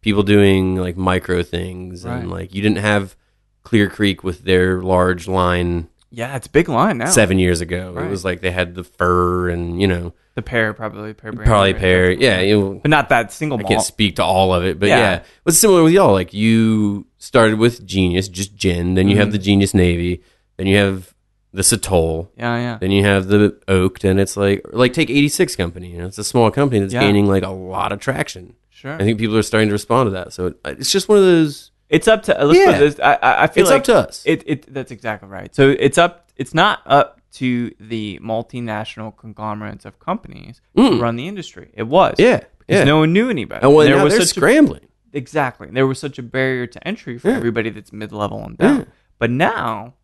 Speaker 2: people doing like micro things
Speaker 1: Right.
Speaker 2: and like you didn't have Clear Creek with their large line
Speaker 1: Yeah, it's a big line now.
Speaker 2: 7 years ago.
Speaker 1: Oh. Right.
Speaker 2: It was like they had the fur and you know
Speaker 1: The pear, probably pear brand.
Speaker 2: probably
Speaker 1: right?
Speaker 2: pear. Yeah, you
Speaker 1: But not that single
Speaker 2: I
Speaker 1: malt.
Speaker 2: can't speak to all of it, but
Speaker 1: Yeah.
Speaker 2: yeah. But it's similar with y'all. Like you started with Genius, just gin. Then you
Speaker 1: Mhm.
Speaker 2: have the Genius Navy. Then you have the Satol.
Speaker 1: yeah, yeah.
Speaker 2: Then you have the Oaked, and it's like like take 86 Company. You know, it's a small company that's
Speaker 1: Yeah.
Speaker 2: gaining like a lot of traction.
Speaker 1: Sure.
Speaker 2: I think people are starting to respond to that. So it, it's just one of those.
Speaker 1: it's up to uh, let's put
Speaker 2: Yeah.
Speaker 1: this. I- I, I feel
Speaker 2: It's
Speaker 1: like
Speaker 2: up to us.
Speaker 1: It, it that's exactly right. So it's up. It's not up to the multinational conglomerates of companies to
Speaker 2: Mm.
Speaker 1: run the industry. It was.
Speaker 2: yeah,
Speaker 1: Because
Speaker 2: yeah.
Speaker 1: no one knew any better.
Speaker 2: and well,
Speaker 1: there
Speaker 2: now
Speaker 1: was
Speaker 2: they're
Speaker 1: such a,
Speaker 2: scrambling.
Speaker 1: exactly. There was such a barrier to entry for
Speaker 2: Yeah.
Speaker 1: everybody that's mid level and down.
Speaker 2: Yeah.
Speaker 1: But now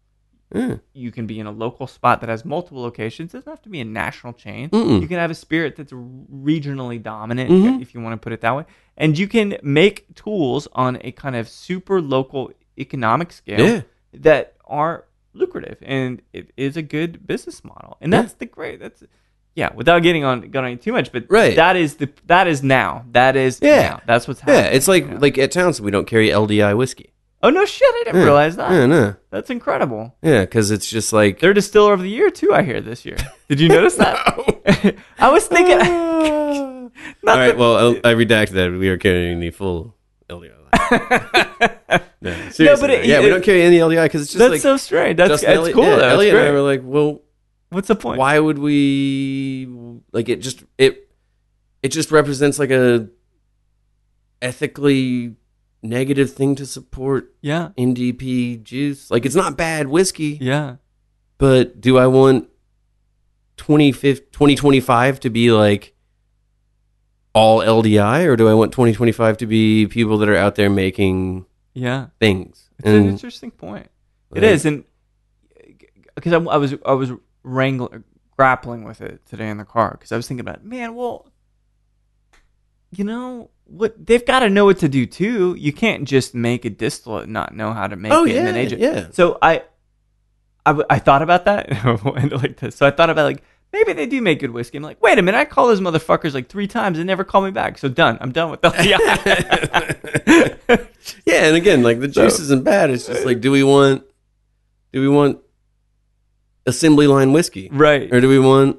Speaker 2: Yeah.
Speaker 1: you can be in a local spot that has multiple locations. It doesn't have to be a national chain.
Speaker 2: Mm-mm.
Speaker 1: You can have a spirit that's regionally dominant,
Speaker 2: Mhm.
Speaker 1: if you want to put it that way. And you can make tools on a kind of super local economic scale
Speaker 2: Yeah.
Speaker 1: that are lucrative. And it is a good business model. And
Speaker 2: Yeah.
Speaker 1: that's the great, that's, yeah, without getting on, going on too much, but
Speaker 2: Right.
Speaker 1: that is the, that is now. That is,
Speaker 2: Yeah.
Speaker 1: now. That's what's happening.
Speaker 2: Yeah, it's like
Speaker 1: Yeah.
Speaker 2: like at Townsend we don't carry LDI whiskey.
Speaker 1: oh, no shit. I didn't
Speaker 2: Yeah.
Speaker 1: realize that.
Speaker 2: Yeah, no,
Speaker 1: That's incredible.
Speaker 2: yeah, because it's just like
Speaker 1: They're distiller of the year too, I hear this year. Did you notice that? I was thinking,
Speaker 2: All
Speaker 1: Not
Speaker 2: right.
Speaker 1: that-
Speaker 2: Well, I, I redacted that. We are carrying the full LDI. line. no, seriously.
Speaker 1: but it-
Speaker 2: yeah,
Speaker 1: it-
Speaker 2: we don't carry any LDI because it's just
Speaker 1: that's
Speaker 2: like
Speaker 1: so strange. That's,
Speaker 2: Justin
Speaker 1: that's
Speaker 2: Elliott-
Speaker 1: cool
Speaker 2: yeah,
Speaker 1: though. That's
Speaker 2: Elliot and I
Speaker 1: great.
Speaker 2: were like, well,
Speaker 1: What's the point?
Speaker 2: why would we like it? Just it it just represents like a ethically negative thing to support
Speaker 1: Yeah.
Speaker 2: NDP juice. Like it's not bad whiskey,
Speaker 1: Yeah.
Speaker 2: but do I want 25 2025 to be like all LDI or do I want 2025 to be people that are out there making
Speaker 1: Yeah.
Speaker 2: things?
Speaker 1: It's an interesting point. It is, and because I, I was I was wrangling grappling with it today in the car because I was thinking about man, well, you know what they've got to know what to do too. You can't just make a distillate and not know how to make
Speaker 2: Oh,
Speaker 1: it and
Speaker 2: yeah.
Speaker 1: then age it.
Speaker 2: Yeah.
Speaker 1: So I, I, w- I thought about that and like this. So I thought about like maybe they do make good whiskey. I'm like, wait a minute, I call those motherfuckers like three times and never call me back. So done. I'm done with LDI.
Speaker 2: Yeah, and again, like the
Speaker 1: So-
Speaker 2: juice isn't bad. It's just like, do we want, do we want assembly line whiskey,
Speaker 1: right.
Speaker 2: or do we want,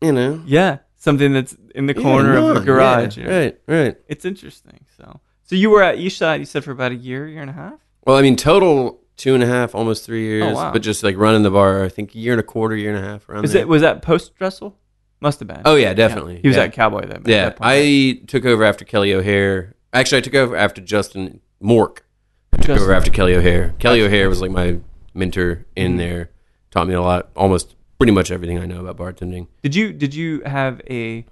Speaker 2: you know,
Speaker 1: Yeah, something that's in the
Speaker 2: yeah,
Speaker 1: corner of a
Speaker 2: none.
Speaker 1: garage.
Speaker 2: Yeah,
Speaker 1: you know.
Speaker 2: Right, right.
Speaker 1: It's interesting. So, so you were at Eastside, you said for about a year, year and a half.
Speaker 2: Well, I mean, total two and a half, almost three years,
Speaker 1: Oh, wow.
Speaker 2: but just like running the bar, I think a year and a quarter, year and a half around
Speaker 1: Is
Speaker 2: there.
Speaker 1: it was that post Dressel? Must have been.
Speaker 2: oh yeah, definitely.
Speaker 1: He was
Speaker 2: yeah.
Speaker 1: at Cowboy then. at
Speaker 2: Yeah,
Speaker 1: that point.
Speaker 2: I took over after Kelly O'Hare. Actually, I took over after Justin Mork. took
Speaker 1: Justin-
Speaker 2: over after Kelly O'Hare. Kelly O'Hare was like my mentor
Speaker 1: Mm-hmm.
Speaker 2: in there, taught me a lot, almost pretty much everything I know about bartending.
Speaker 1: Did you did you have a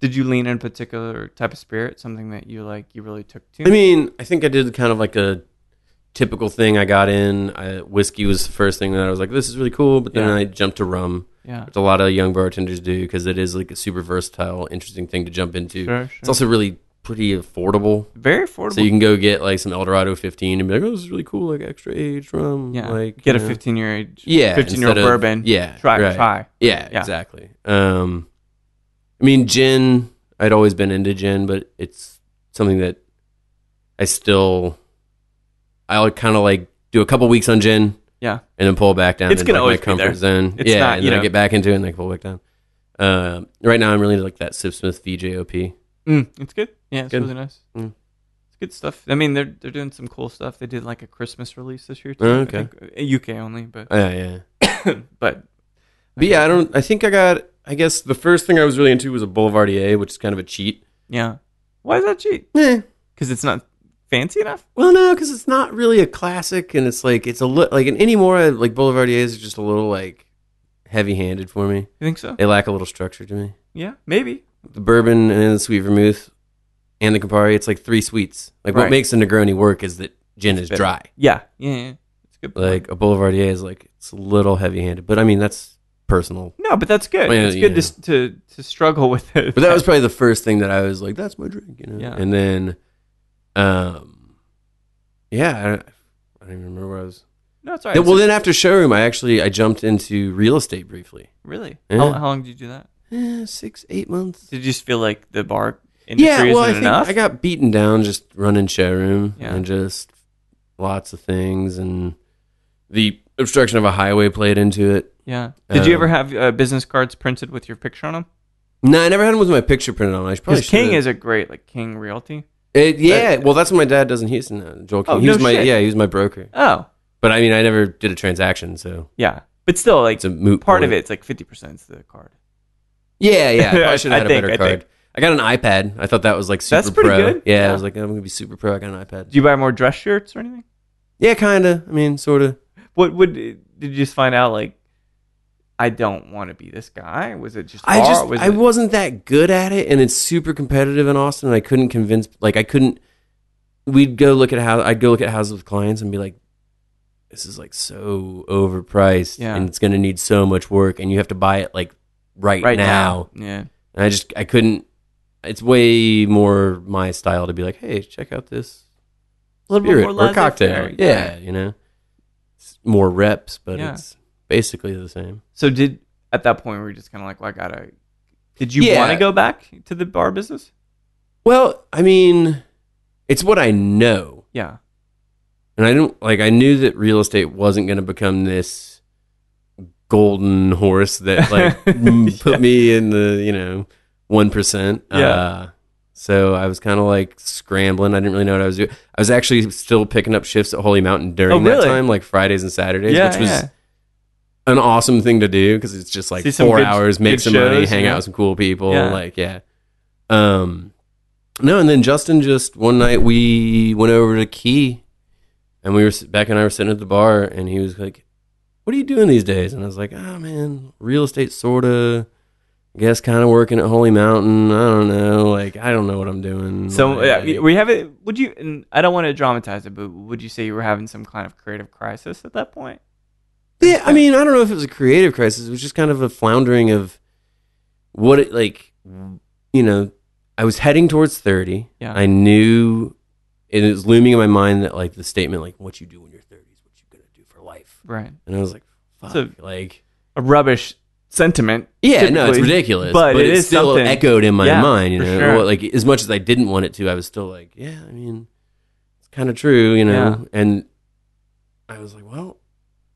Speaker 1: did you lean in a particular type of spirit, something that you like you really took to?
Speaker 2: I mean, I think I did kind of like a typical thing. I got in I, whiskey was the first thing that I was like, this is really cool. But then
Speaker 1: Yeah.
Speaker 2: I jumped to rum,
Speaker 1: yeah.
Speaker 2: which a lot of young bartenders do because it is like a super versatile, interesting thing to jump into.
Speaker 1: Sure,
Speaker 2: It's
Speaker 1: sure.
Speaker 2: also really pretty affordable.
Speaker 1: Very affordable.
Speaker 2: So you can go get like some Eldorado 15 and be like, oh, this is really cool, like extra age rum.
Speaker 1: yeah.
Speaker 2: like
Speaker 1: get
Speaker 2: you
Speaker 1: a
Speaker 2: know.
Speaker 1: 15 year age.
Speaker 2: yeah,
Speaker 1: 15 year old
Speaker 2: instead of-
Speaker 1: bourbon.
Speaker 2: Yeah,
Speaker 1: Try
Speaker 2: right.
Speaker 1: try.
Speaker 2: Yeah,
Speaker 1: Yeah.
Speaker 2: exactly. Um, I mean, gin. I'd always been into gin, but it's something that I still, I'll kind of like do a couple weeks on gin
Speaker 1: Yeah.
Speaker 2: and then pull back down.
Speaker 1: It's
Speaker 2: into,
Speaker 1: gonna always
Speaker 2: like, my
Speaker 1: be there.
Speaker 2: comfort zone.
Speaker 1: It's
Speaker 2: yeah,
Speaker 1: not,
Speaker 2: and
Speaker 1: you
Speaker 2: then
Speaker 1: know.
Speaker 2: I get back into it and like pull back down. Um, right now, I'm really into, like that Sip Smith VJOP.
Speaker 1: Mm, it's good. Yeah, it's
Speaker 2: Good.
Speaker 1: really nice.
Speaker 2: Mm.
Speaker 1: It's good stuff. I mean, they're they're doing some cool stuff. They did like a Christmas release this year. Too,
Speaker 2: Oh,
Speaker 1: I
Speaker 2: okay.
Speaker 1: think. UK only, but
Speaker 2: Oh, Yeah, yeah.
Speaker 1: but
Speaker 2: But yeah, I don't. I think I got. I guess the first thing I was really into was a Boulevardier, which is kind of a cheat.
Speaker 1: yeah. Why is that cheap?
Speaker 2: Eh,
Speaker 1: Because it's not fancy enough.
Speaker 2: Well, no, because it's not really a classic, and it's like it's a li- like and anymore I- like Boulevardiers are just a little like heavy-handed for me.
Speaker 1: You think so?
Speaker 2: They lack a little structure to me.
Speaker 1: Yeah, maybe.
Speaker 2: The bourbon and the sweet vermouth and the Campari, it's like three sweets. Like
Speaker 1: Right.
Speaker 2: what makes a Negroni work is that gin is
Speaker 1: bitter.
Speaker 2: dry.
Speaker 1: Yeah, yeah. yeah. It's a good. point.
Speaker 2: Like a Boulevardier is like it's a little heavy-handed, but I mean that's personal.
Speaker 1: no, but that's good.
Speaker 2: Well, yeah,
Speaker 1: it's good
Speaker 2: yeah.
Speaker 1: to, s- to to struggle with it.
Speaker 2: But that was probably the first thing that I was like, that's my drink, you know.
Speaker 1: Yeah.
Speaker 2: And then, um, yeah, I, I don't even remember where I was.
Speaker 1: No, it's all right.
Speaker 2: Then-
Speaker 1: It's
Speaker 2: well,
Speaker 1: just-
Speaker 2: then after showroom, I actually I jumped into real estate briefly.
Speaker 1: really?
Speaker 2: Yeah.
Speaker 1: How, how long did you do that?
Speaker 2: Eh, six, eight months.
Speaker 1: Did you just feel like the bar industry
Speaker 2: yeah, well, I
Speaker 1: isn't
Speaker 2: think
Speaker 1: enough?
Speaker 2: I got beaten down just running showroom
Speaker 1: Yeah.
Speaker 2: and just lots of things and the obstruction of a highway played into it.
Speaker 1: yeah. Did you
Speaker 2: Um,
Speaker 1: ever have uh, business cards printed with your picture on them?
Speaker 2: No, I never had one with my picture printed on. it. I should probably
Speaker 1: Because King
Speaker 2: should've.
Speaker 1: is a great like King Realty.
Speaker 2: It, yeah, well, that's what my dad does in Houston. Now, Joel King.
Speaker 1: Oh,
Speaker 2: he was
Speaker 1: no
Speaker 2: my
Speaker 1: shit.
Speaker 2: yeah, he was my broker.
Speaker 1: Oh,
Speaker 2: But I mean, I never did a transaction, so
Speaker 1: yeah. But still, like
Speaker 2: it's a moot
Speaker 1: part of
Speaker 2: point.
Speaker 1: it's like fifty percent is the card.
Speaker 2: Yeah, yeah. I
Speaker 1: I
Speaker 2: probably should have had
Speaker 1: think,
Speaker 2: a
Speaker 1: I
Speaker 2: better
Speaker 1: think.
Speaker 2: card. I got an iPad. I thought that was like super
Speaker 1: That's pretty
Speaker 2: pro.
Speaker 1: good.
Speaker 2: Yeah,
Speaker 1: Yeah.
Speaker 2: I was like, I'm gonna be super pro. I got an iPad.
Speaker 1: Do you buy more dress shirts or anything?
Speaker 2: Yeah, kind of. I mean, sort of.
Speaker 1: What would did you just find out? Like, I don't want to be this guy. Was it just?
Speaker 2: I
Speaker 1: art?
Speaker 2: just
Speaker 1: Was
Speaker 2: I
Speaker 1: it-
Speaker 2: wasn't that good at it, and it's super competitive in Austin. And I couldn't convince. Like I couldn't. We'd go look at how I'd go look at houses with clients and be like, "This is like so overpriced,
Speaker 1: Yeah.
Speaker 2: and it's gonna need so much work, and you have to buy it like right,
Speaker 1: right
Speaker 2: now.
Speaker 1: now. Yeah.
Speaker 2: And I just I couldn't. It's way more my style to be like, "Hey, check out this
Speaker 1: A little
Speaker 2: spirit or cocktail."
Speaker 1: laissez-faire,
Speaker 2: Yeah, you know, it's more reps, but
Speaker 1: Yeah.
Speaker 2: it's basically the same.
Speaker 1: So did at that point we were just kind of like, well, I gotta. Did you
Speaker 2: Yeah.
Speaker 1: want to go back to the bar business?
Speaker 2: Well, I mean, it's what I know.
Speaker 1: Yeah.
Speaker 2: And I don't like I knew that real estate wasn't going to become this golden horse that like m-
Speaker 1: Yeah.
Speaker 2: put me in the, you know, 1%.
Speaker 1: Yeah.
Speaker 2: Uh, so I was kind of like scrambling. I didn't really know what I was doing. I was actually still picking up shifts at Holy Mountain during
Speaker 1: Oh, really?
Speaker 2: that time, like Fridays and Saturdays,
Speaker 1: yeah.
Speaker 2: which was
Speaker 1: yeah.
Speaker 2: an awesome thing to do because it's just like
Speaker 1: See some
Speaker 2: four
Speaker 1: good-
Speaker 2: hours, make
Speaker 1: good
Speaker 2: some money,
Speaker 1: shows,
Speaker 2: hang
Speaker 1: yeah.
Speaker 2: out with some cool people.
Speaker 1: Yeah.
Speaker 2: Like, yeah. Um, no, and then Justin just one night we went over to Key, and we were s- back and I were sitting at the bar, and he was like, "What are you doing these days?" And I was like, "Ah, man, real estate, sorta." I guess kind of working at Holy Mountain. I don't know. Like I don't know what I'm doing.
Speaker 1: So
Speaker 2: Like,
Speaker 1: yeah, we have it. Would you? And I don't want to dramatize it, but would you say you were having some kind of creative crisis at that point?
Speaker 2: Yeah, I mean, I don't know if it was a creative crisis. It was just kind of a floundering of what it like. You know, I was heading towards thirty.
Speaker 1: Yeah.
Speaker 2: I knew it was looming in my mind that like the statement like what you do when you're thirty is what you're gonna do for life.
Speaker 1: Right.
Speaker 2: And I was like, fuck,
Speaker 1: So-
Speaker 2: like
Speaker 1: A rubbish sentiment.
Speaker 2: yeah, no, it's
Speaker 1: typically,
Speaker 2: ridiculous.
Speaker 1: but
Speaker 2: But,
Speaker 1: it
Speaker 2: it
Speaker 1: is
Speaker 2: still
Speaker 1: something.
Speaker 2: echoed in my
Speaker 1: Yeah,
Speaker 2: mind. You
Speaker 1: for
Speaker 2: know,
Speaker 1: sure.
Speaker 2: Well, like as much as I didn't want it to, I was still like, yeah, I mean, it's kind of true, you know. And I was like, well,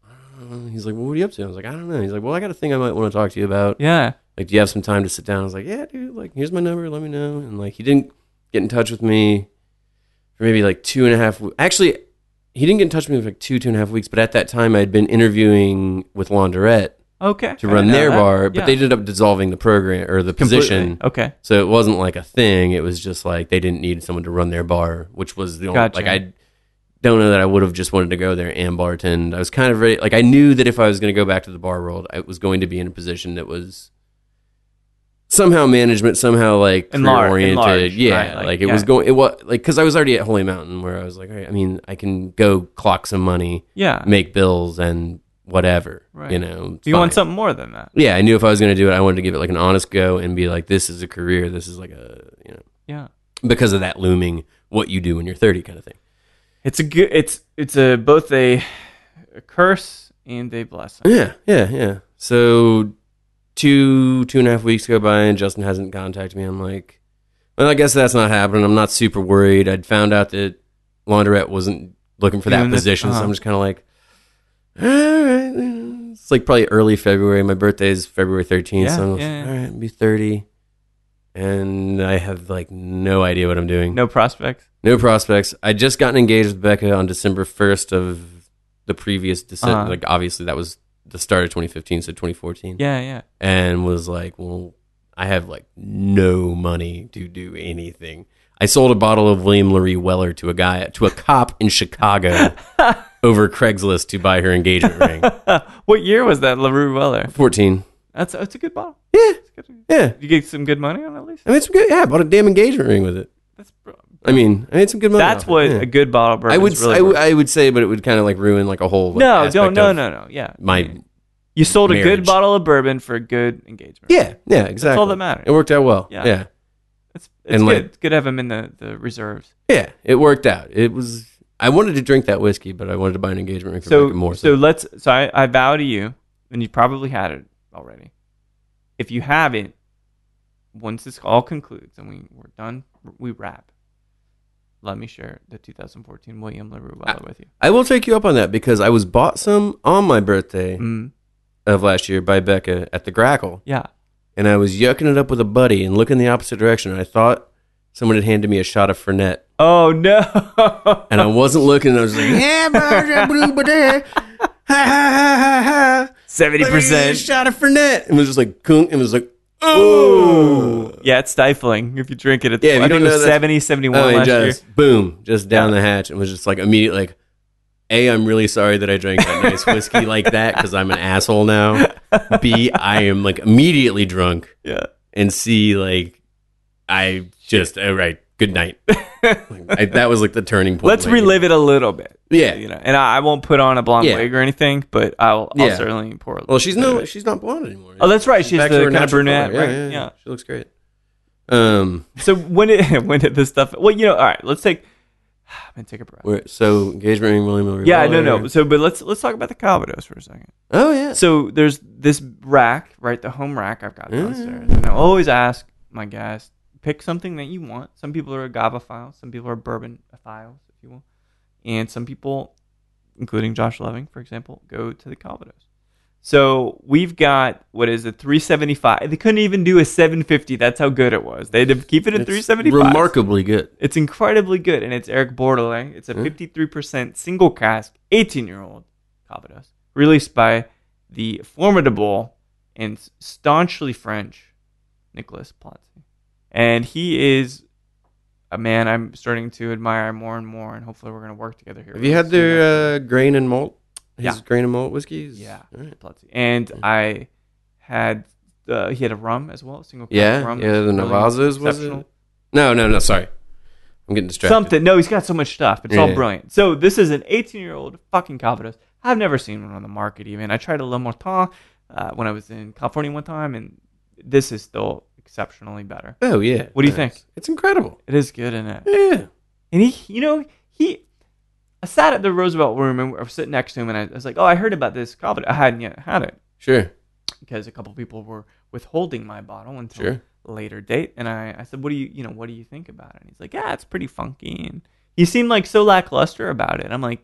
Speaker 2: I don't know. he's like, well, what are you up to? I was like, I don't know. He's like, well, I got a thing I might want to talk to you about.
Speaker 1: Yeah.
Speaker 2: Like, do you have some time to sit down? I was like, yeah, dude. Like, here's my number. Let me know. And like, he didn't get in touch with me for maybe like two and a half. w- Actually, he didn't get in touch with me for like two two and a half weeks. But at that time, I had been interviewing with Laundrette
Speaker 1: Okay.
Speaker 2: to
Speaker 1: I
Speaker 2: run
Speaker 1: know
Speaker 2: their
Speaker 1: uh, that.
Speaker 2: bar, but
Speaker 1: Yeah.
Speaker 2: they ended up dissolving the program or the
Speaker 1: Completely.
Speaker 2: position.
Speaker 1: Okay.
Speaker 2: So it wasn't like a thing. It was just like they didn't need someone to run their bar, which was the only
Speaker 1: Gotcha.
Speaker 2: like I don't know that I would have just wanted to go there and bartend. I was kind of ready. Like I knew that if I was going to go back to the bar world, I was going to be in a position that was somehow management, somehow like
Speaker 1: Enlar-
Speaker 2: career oriented.
Speaker 1: enlarged,
Speaker 2: yeah,
Speaker 1: right, like,
Speaker 2: like, it was
Speaker 1: yeah.
Speaker 2: going. It was like because I was already at Holy Mountain, where I was like, all right, I mean, I can go clock some money,
Speaker 1: Yeah.
Speaker 2: make bills, and whatever.
Speaker 1: Right.
Speaker 2: You know,
Speaker 1: Do you want
Speaker 2: fine
Speaker 1: something more than that?
Speaker 2: yeah, I knew if I was going to do it, I wanted to give it like an honest go and be like, this is a career. This is like a, you know,
Speaker 1: Yeah.
Speaker 2: because of that looming what you do when you're 30 kind of thing.
Speaker 1: It's a good. It's it's a both a, a curse and a blessing.
Speaker 2: Yeah, yeah, yeah. So two, two and a half weeks go by and Justin hasn't contacted me. I'm like, well, I guess that's not happening. I'm not super worried. I'd found out that Laundrette wasn't looking for
Speaker 1: Doing
Speaker 2: that
Speaker 1: the-
Speaker 2: position. So
Speaker 1: uh-huh.
Speaker 2: I'm just kind of like, all right. yeah." It's like probably early February. My birthday is February 13th.
Speaker 1: Yeah,
Speaker 2: so I'm like,
Speaker 1: yeah, yeah.
Speaker 2: all right, I'll be 30. And I have like no idea what I'm doing.
Speaker 1: No prospects.
Speaker 2: No prospects. I just gotten engaged with Becca on December 1st of the previous December.
Speaker 1: Uh-huh.
Speaker 2: Like, obviously, that was the start of 2015, so 2014.
Speaker 1: Yeah. Yeah.
Speaker 2: And was like, well, I have like no money to do anything. I sold a bottle of William Larry Weller to a guy, to a cop in Chicago over Craigslist to buy her engagement ring.
Speaker 1: what year was that, Larue Weller?
Speaker 2: 14.
Speaker 1: That's that's a good bottle.
Speaker 2: Yeah.
Speaker 1: It's good.
Speaker 2: Yeah.
Speaker 1: You get some good money on it, at least.
Speaker 2: I made some good, yeah, I bought a damn engagement ring with it.
Speaker 1: That's
Speaker 2: I mean, I made some good money.
Speaker 1: that's
Speaker 2: off it,
Speaker 1: what
Speaker 2: yeah.
Speaker 1: a good bottle bourbon.
Speaker 2: I would,
Speaker 1: really
Speaker 2: I would,
Speaker 1: worth.
Speaker 2: I would say, but it would kind of like ruin like a whole. Like,
Speaker 1: no,
Speaker 2: aspect
Speaker 1: don't. No,
Speaker 2: of
Speaker 1: no, no. Yeah.
Speaker 2: My
Speaker 1: you sold a good
Speaker 2: marriage.
Speaker 1: bottle of bourbon for a good engagement.
Speaker 2: Yeah, yeah, exactly.
Speaker 1: That's all that matters.
Speaker 2: It worked out well.
Speaker 1: Yeah.
Speaker 2: Yeah. yeah,
Speaker 1: It's, it's
Speaker 2: And,
Speaker 1: good.
Speaker 2: like-
Speaker 1: it's good to have them in the, the reserves.
Speaker 2: it worked out. It was I wanted to drink that whiskey, but I wanted to buy an engagement ring for
Speaker 1: So
Speaker 2: Rebecca Moore.
Speaker 1: so let's. So I, I vow to you, and you've probably had it already. If you haven't, once this all concludes and we we're done, we wrap. Let me share the 2014 William LaRue Weller with you.
Speaker 2: I will take you up on that because I was bought some on my birthday
Speaker 1: Mm,
Speaker 2: of last year by Becca at the Grackle,
Speaker 1: yeah.
Speaker 2: and I was yucking it up with a buddy and looking the opposite direction. And I thought someone had handed me a shot of Fernet,
Speaker 1: Oh no.
Speaker 2: and I wasn't looking. And I was like, "Yeah, bro, blue, but eh, ha ha ha ha ha."
Speaker 1: Seventy
Speaker 2: Let me get a
Speaker 1: percent.
Speaker 2: shot of Fernet, and it was just like, "Kunk," and it was like,
Speaker 1: Ooh.
Speaker 2: "Oh,
Speaker 1: Yeah, it's stifling if you drink it. It's,
Speaker 2: Yeah, if you
Speaker 1: I
Speaker 2: don't
Speaker 1: think it was
Speaker 2: know that-
Speaker 1: 70, 71
Speaker 2: oh,
Speaker 1: last
Speaker 2: and just
Speaker 1: year.
Speaker 2: boom, just down the hatch, and was just like immediate like, a, I'm really sorry that I drank that nice whiskey like that because I'm an asshole now. B, I am like immediately drunk,
Speaker 1: Yeah.
Speaker 2: and C, like, I just all right, good night. Like, I, that was like the turning point.
Speaker 1: Let's
Speaker 2: like,
Speaker 1: relive it a little bit.
Speaker 2: Yeah.
Speaker 1: You know, and I, I won't put on a blonde
Speaker 2: Yeah.
Speaker 1: wig or anything, but I'll, I'll
Speaker 2: Yeah.
Speaker 1: certainly pour. a little
Speaker 2: Well, she's
Speaker 1: bit of
Speaker 2: no,
Speaker 1: it.
Speaker 2: she's not blonde anymore.
Speaker 1: Oh, that's right. She's
Speaker 2: Back to
Speaker 1: the
Speaker 2: her
Speaker 1: kind of
Speaker 2: natural
Speaker 1: brunette,
Speaker 2: color.
Speaker 1: right?
Speaker 2: Yeah, yeah,
Speaker 1: yeah.
Speaker 2: yeah. she looks great. Um,
Speaker 1: So when did when did this stuff? Well, you know, all right. Let's take. I'm gonna take a breath.
Speaker 2: where- so engagement ring, William Miller.
Speaker 1: yeah, no, no. So, but let's let's talk about the Calvados for a second.
Speaker 2: Oh yeah.
Speaker 1: So there's this rack, right? The home rack I've got
Speaker 2: Mm.
Speaker 1: downstairs, and I always ask my guests pick something that you want. Some people are agavophiles, some people are bourbonophile, if you will, and some people, including Josh Loving, for example, go to the Calvados. So we've got what is it, 375? They couldn't even do a 750. That's how good it was. They had to keep it at
Speaker 2: It's
Speaker 1: 375.
Speaker 2: Remarkably good.
Speaker 1: It's incredibly good, and it's Eric Bordelais. It's a
Speaker 2: Hmm.
Speaker 1: 53% single cask, 18 year old Calvados, released by the formidable and staunchly French Nicolas Platzi. And he is a man I'm starting to admire more and more, and hopefully we're going to work together here.
Speaker 2: Have you had
Speaker 1: really
Speaker 2: their uh, grain and malt? His
Speaker 1: Yeah.
Speaker 2: grain and malt whiskeys.
Speaker 1: soon.
Speaker 2: All
Speaker 1: Yeah,
Speaker 2: right.
Speaker 1: Platzi. And I had, uh, he had a rum as well, a single cask
Speaker 2: Yeah,
Speaker 1: rum.
Speaker 2: yeah,
Speaker 1: that's
Speaker 2: the
Speaker 1: really
Speaker 2: Navazos was
Speaker 1: exceptional.
Speaker 2: it? No, no, no. Sorry, I'm getting distracted.
Speaker 1: Something. No, he's got so much stuff. It's all
Speaker 2: Yeah.
Speaker 1: brilliant. So this is an 18 year old fucking Calvados. I've never seen one on the market even. I tried a Le Morton uh, when I was in California one time, and this is still exceptionally better.
Speaker 2: Oh yeah.
Speaker 1: What do you think?
Speaker 2: It's incredible.
Speaker 1: It is good in it.
Speaker 2: Yeah.
Speaker 1: And he, you know, he. I sat at the Roosevelt room and I was sitting next to him, and I was like, "Oh, I heard about this Calvados. I hadn't yet had it
Speaker 2: Sure.
Speaker 1: because a couple people were withholding my bottle until
Speaker 2: Sure.
Speaker 1: later date and I, I said what do you you know what do you think about it and he's like yeah it's pretty funky and he seemed like so lackluster about it i'm like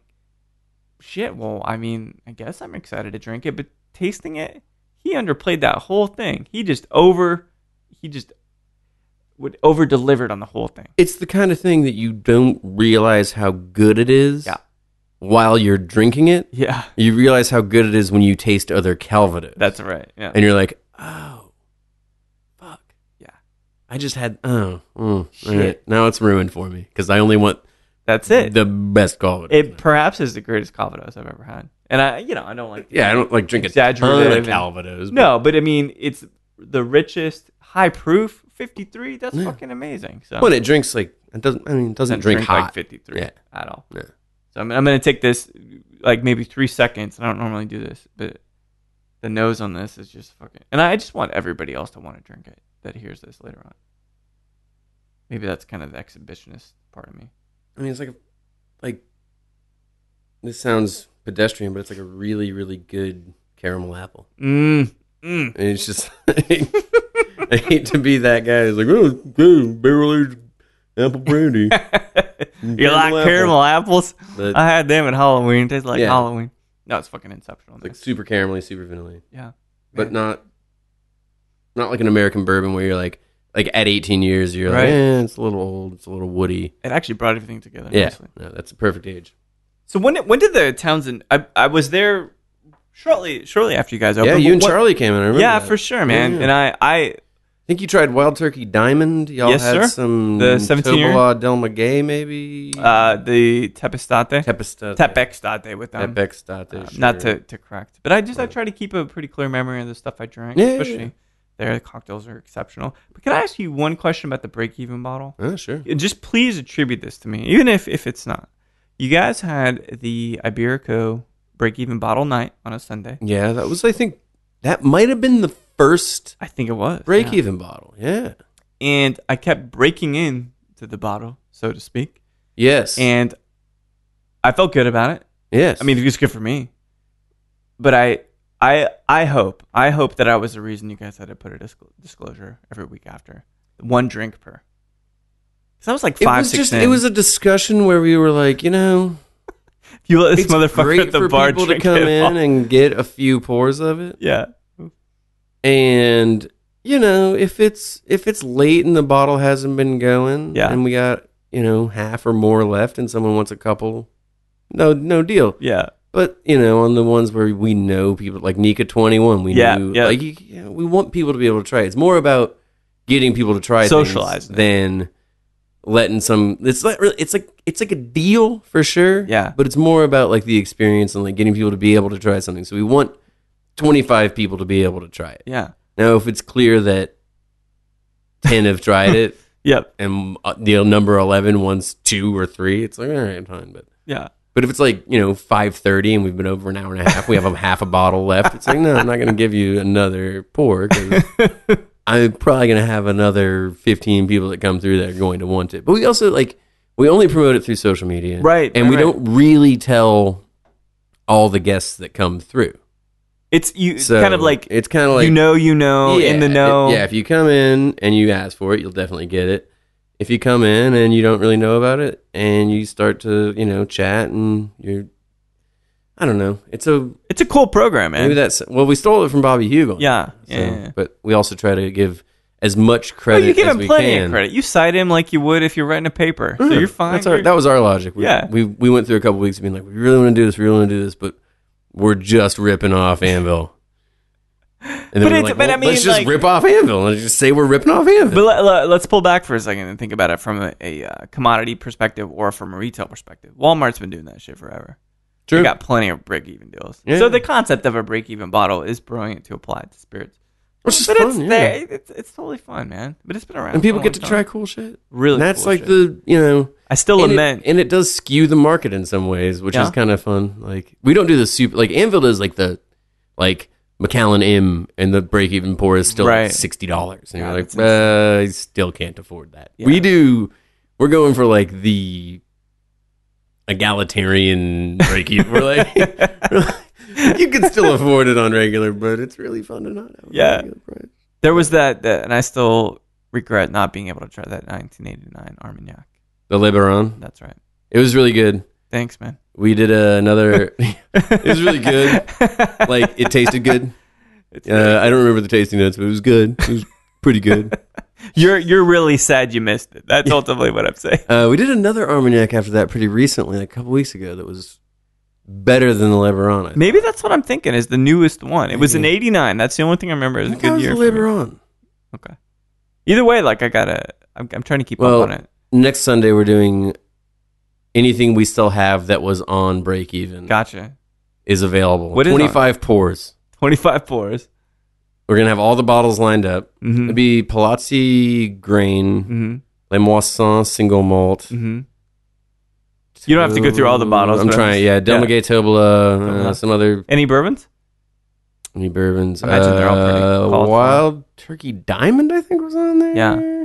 Speaker 1: shit well i mean i guess i'm excited to drink it but tasting it he underplayed that whole thing he just over he just would over delivered on the whole thing
Speaker 2: It's the kind of thing that you don't realize how good it is.
Speaker 1: Yeah.
Speaker 2: While you're drinking it,
Speaker 1: yeah
Speaker 2: you realize how good it is when you taste other Calvados.
Speaker 1: that's right yeah
Speaker 2: and you're like, oh, fuck.
Speaker 1: Yeah.
Speaker 2: I just had oh, mm, all
Speaker 1: Shit.
Speaker 2: right. now it's ruined for me because I only want
Speaker 1: that's it
Speaker 2: the best Calvados.
Speaker 1: it perhaps is the greatest calvados i've ever had and i you know i don't like
Speaker 2: yeah, I don't like drinking a ton of
Speaker 1: Exaggerative and-
Speaker 2: Calvados.
Speaker 1: No, but I mean, it's the richest high proof 53. That's
Speaker 2: Yeah.
Speaker 1: fucking amazing. So
Speaker 2: When it drinks like it doesn't. I mean, it doesn't drink,
Speaker 1: like
Speaker 2: hot.
Speaker 1: 53
Speaker 2: Yeah.
Speaker 1: at all.
Speaker 2: Yeah.
Speaker 1: So I'm, I'm going to take this like maybe three seconds. I don't normally do this, but the nose on this is just fucking. And I just want everybody else to want to drink it that hears this later on. Maybe that's kind of the exhibitionist part of me.
Speaker 2: I mean, it's like a, like this sounds pedestrian, but it's like a really, really good caramel apple.
Speaker 1: Mm. Mm.
Speaker 2: And it's just I hate to be that guy who's like, oh, good barrel aged apple brandy.
Speaker 1: you like
Speaker 2: apple.
Speaker 1: caramel apples?
Speaker 2: But
Speaker 1: I had them at Halloween. Tastes like
Speaker 2: Yeah.
Speaker 1: Halloween. No, it's fucking exceptional.
Speaker 2: like super caramelly, super vanilla,
Speaker 1: yeah. Man.
Speaker 2: but not not like an American bourbon where you're like like at 18 years you're
Speaker 1: Right.
Speaker 2: like, eh, it's a little old, it's a little woody.
Speaker 1: it actually brought everything together.
Speaker 2: Yeah,
Speaker 1: nicely.
Speaker 2: no, that's the perfect age.
Speaker 1: So when when did the Townsend? I I was there shortly shortly after you guys opened.
Speaker 2: yeah,
Speaker 1: Uh, but
Speaker 2: you and
Speaker 1: what-
Speaker 2: Charlie came in. I remember
Speaker 1: Yeah,
Speaker 2: that.
Speaker 1: for sure, man.
Speaker 2: Yeah, yeah.
Speaker 1: And I I
Speaker 2: I think you tried Wild Turkey Diamond. Y'all
Speaker 1: Yes,
Speaker 2: had
Speaker 1: sir.
Speaker 2: some
Speaker 1: The 17 year?
Speaker 2: Tobola Del Maguey, maybe.
Speaker 1: uh the Tepestate
Speaker 2: Tepesta.
Speaker 1: Tepextate with them.
Speaker 2: Tepextate.
Speaker 1: Uh,
Speaker 2: sure.
Speaker 1: Not to to correct, but I just I try to keep a pretty clear memory of the stuff I drank,
Speaker 2: Yeah, yeah,
Speaker 1: especially
Speaker 2: yeah.
Speaker 1: their cocktails are exceptional. But can I ask you one question about the break even bottle?
Speaker 2: Oh, sure.
Speaker 1: And just please attribute this to me, even if if it's not. You guys had the Iberico break even bottle night on a Sunday.
Speaker 2: Yeah, that was, I think, that might have been the first
Speaker 1: I think it was
Speaker 2: break
Speaker 1: yeah.
Speaker 2: even bottle. Yeah.
Speaker 1: and I kept breaking in to the bottle, so to speak.
Speaker 2: Yes.
Speaker 1: And I felt good about it.
Speaker 2: Yes.
Speaker 1: I mean, it was good for me. But I, I, I hope, I hope that I was the reason you guys had to put a discl- disclosure every week after one drink per. Because I was like
Speaker 2: it
Speaker 1: five,
Speaker 2: was
Speaker 1: six.
Speaker 2: just
Speaker 1: in.
Speaker 2: it was a discussion where we were like, you know,
Speaker 1: If you let this
Speaker 2: it's
Speaker 1: motherfucker
Speaker 2: great
Speaker 1: at the
Speaker 2: for
Speaker 1: bar
Speaker 2: people to
Speaker 1: drink
Speaker 2: come
Speaker 1: it
Speaker 2: in
Speaker 1: all.
Speaker 2: and get a few pours of it,
Speaker 1: yeah,
Speaker 2: and you know, if it's if it's late and the bottle hasn't been going,
Speaker 1: Yeah.
Speaker 2: and we got you know half or more left, and someone wants a couple, no, no deal.
Speaker 1: yeah,
Speaker 2: But you know, on the ones where we know people like Nika Twenty One, we
Speaker 1: Yeah,
Speaker 2: knew
Speaker 1: yeah.
Speaker 2: like you, you know, we want people to be able to try. it. It's more about getting people to try things
Speaker 1: Socializing it.
Speaker 2: than letting some. It's like really- it's like it's like a deal for sure.
Speaker 1: Yeah.
Speaker 2: but it's more about like the experience and like getting people to be able to try something. So we want twenty five people to be able to try it.
Speaker 1: yeah,
Speaker 2: Now, if it's clear that ten have tried it
Speaker 1: yep,
Speaker 2: and uh, the number eleven wants two or three, it's like all right, fine, but.
Speaker 1: yeah.
Speaker 2: But if it's like you know five thirty and we've been over an hour and a half, we have a half a bottle left. It's like no, I'm not going to give you another pour. 'cause I'm probably going to have another fifteen people that come through that are going to want it. But we also like we only promote it through social media,
Speaker 1: Right,
Speaker 2: And
Speaker 1: right,
Speaker 2: we
Speaker 1: right.
Speaker 2: don't really tell all the guests that come through.
Speaker 1: It's you
Speaker 2: So
Speaker 1: kind of like,
Speaker 2: it's kind of like
Speaker 1: you know, you know,
Speaker 2: yeah,
Speaker 1: in the know.
Speaker 2: it- yeah, if you come in and you ask for it, you'll definitely get it. If you come in and you don't really know about it and you start to, you know, chat and you're I don't know. It's a
Speaker 1: It's a cool program, man.
Speaker 2: maybe that's well, we stole it from Bobby Hugo.
Speaker 1: yeah,
Speaker 2: So,
Speaker 1: yeah. yeah, yeah.
Speaker 2: But we also try to give as much
Speaker 1: Oh,
Speaker 2: credit
Speaker 1: you give
Speaker 2: as
Speaker 1: him
Speaker 2: we
Speaker 1: plenty
Speaker 2: can.
Speaker 1: of credit. You cite him like you would if you're writing a paper. So
Speaker 2: Sure.
Speaker 1: you're fine.
Speaker 2: That's our,
Speaker 1: You're-
Speaker 2: that was our logic. We,
Speaker 1: Yeah.
Speaker 2: We we went through a couple weeks of being like, we really want to do this, we really want to do this, but we're just ripping off Anvil. And
Speaker 1: But
Speaker 2: we're
Speaker 1: it's- but I mean,
Speaker 2: let's just
Speaker 1: like-
Speaker 2: rip off Anvil and just say we're ripping off Anvil.
Speaker 1: But let, us pull back for a second and think about it from a, a uh, commodity perspective or from a retail perspective. Walmart's been doing that shit forever. They
Speaker 2: True.
Speaker 1: got plenty of break even deals.
Speaker 2: Yeah.
Speaker 1: So the concept of a break even bottle is brilliant to apply to spirits.
Speaker 2: Which is
Speaker 1: but
Speaker 2: fun,
Speaker 1: it's
Speaker 2: yeah.
Speaker 1: there. It's, it's totally fun, man. But it's been around.
Speaker 2: and
Speaker 1: for a
Speaker 2: people
Speaker 1: long
Speaker 2: get to
Speaker 1: time.
Speaker 2: try cool shit.
Speaker 1: Oh, Really,
Speaker 2: And that's
Speaker 1: cool
Speaker 2: like
Speaker 1: shit.
Speaker 2: the you know
Speaker 1: I still
Speaker 2: and it-
Speaker 1: lament.
Speaker 2: and it, does skew the market in some ways, which
Speaker 1: Yeah.
Speaker 2: is kind of fun. Like we don't do the super like Anvil is like the like McAllen M and the break even pour is still
Speaker 1: Right.
Speaker 2: like sixty dollars. And
Speaker 1: Yeah,
Speaker 2: you're like,
Speaker 1: that's
Speaker 2: uh, I still can't afford that.
Speaker 1: Yeah.
Speaker 2: We do we're going for like the egalitarian break even. we're like we're like, you can still afford it on regular, but it's really fun to not have a
Speaker 1: Yeah.
Speaker 2: regular price.
Speaker 1: there was that, that, and I still regret not being able to try that 1989 Armagnac.
Speaker 2: The Liberon.
Speaker 1: That's right.
Speaker 2: It was really good.
Speaker 1: Thanks, man.
Speaker 2: We did uh, another. it was really good. Like it tasted good.
Speaker 1: It's
Speaker 2: Uh, I don't remember the tasting notes, but it was good. It was pretty good.
Speaker 1: You're you're really sad you missed it. That's ultimately what I'm saying.
Speaker 2: Uh, we did another Armagnac after that pretty recently, like a couple weeks ago. That was better than the Lebaron. I think.
Speaker 1: Maybe that's what I'm thinking is the newest one. It was an 89. That's the only thing I remember is a
Speaker 2: I thought
Speaker 1: good
Speaker 2: it
Speaker 1: year.
Speaker 2: was
Speaker 1: for me.
Speaker 2: the Lebaron.
Speaker 1: Okay. Either way, like I gotta, I'm, I'm trying to keep
Speaker 2: Well,
Speaker 1: up on it.
Speaker 2: Next Sunday we're doing anything we still have that was on break even
Speaker 1: Gotcha.
Speaker 2: is available.
Speaker 1: What is on?
Speaker 2: Twenty five pours.
Speaker 1: 25 pours.
Speaker 2: We're gonna have all the bottles lined up.
Speaker 1: Mm-hmm.
Speaker 2: It'll be Palazzi Grain,
Speaker 1: Mm-hmm.
Speaker 2: Les Moissons Single Malt.
Speaker 1: Mm-hmm. You don't have to go through all the bottles,
Speaker 2: I'm
Speaker 1: but-
Speaker 2: trying. Yeah, Del
Speaker 1: yeah.
Speaker 2: Maguey Toblerone, uh,
Speaker 1: Toblerone.
Speaker 2: some other
Speaker 1: Any bourbons?
Speaker 2: Any bourbons?
Speaker 1: I imagine they're all pretty
Speaker 2: Uh,
Speaker 1: qualified.
Speaker 2: Wild Turkey Diamond, I think, was on there.
Speaker 1: Yeah.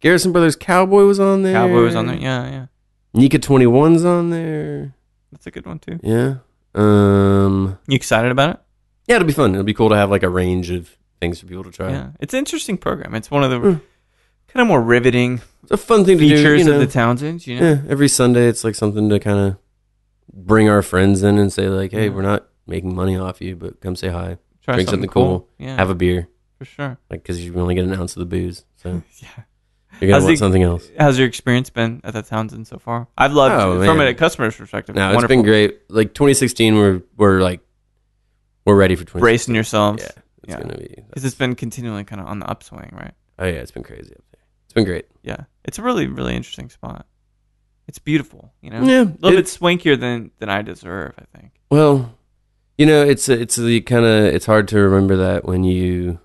Speaker 2: Garrison Brothers Cowboy was on there.
Speaker 1: Cowboy was on there. Yeah, yeah.
Speaker 2: Nika 21's on there.
Speaker 1: That's a good one too.
Speaker 2: Yeah. Um.
Speaker 1: You excited about it?
Speaker 2: Yeah, it'll be fun. It'll be cool to have like a range of things for people to try.
Speaker 1: Yeah. It's an interesting program. It's one of the
Speaker 2: Mm.
Speaker 1: kind of more riveting
Speaker 2: It's a fun thing to do.
Speaker 1: features
Speaker 2: you
Speaker 1: of
Speaker 2: know.
Speaker 1: the Townsends. You know.
Speaker 2: Yeah. Every Sunday, it's like something to kind of bring our friends in and say like, "Hey,
Speaker 1: Yeah.
Speaker 2: we're not making money off you, but come say hi,
Speaker 1: Try
Speaker 2: drink something cool,
Speaker 1: Yeah.
Speaker 2: have a beer,
Speaker 1: for sure.
Speaker 2: like because you only get an ounce of the booze, so
Speaker 1: Yeah.
Speaker 2: you're gonna
Speaker 1: How's
Speaker 2: want
Speaker 1: the-
Speaker 2: something else."
Speaker 1: How's your experience been at the Townsend so far? I've loved
Speaker 2: Oh,
Speaker 1: from
Speaker 2: man.
Speaker 1: a customer's perspective.
Speaker 2: No, it's
Speaker 1: wonderful.
Speaker 2: been great. Like 2016, we're we're like we're ready for 2016.
Speaker 1: bracing yourselves
Speaker 2: Yeah,
Speaker 1: because
Speaker 2: It's
Speaker 1: yeah.
Speaker 2: gonna be.
Speaker 1: it's been continually kind of on the upswing, right?
Speaker 2: Oh yeah, it's been crazy up there. It's been great.
Speaker 1: Yeah, it's a really really interesting spot. It's beautiful, you know,
Speaker 2: Yeah,
Speaker 1: a little
Speaker 2: it-
Speaker 1: bit swankier than than I deserve, I think.
Speaker 2: Well, you know, it's a, it's the kind of it's hard to remember that when you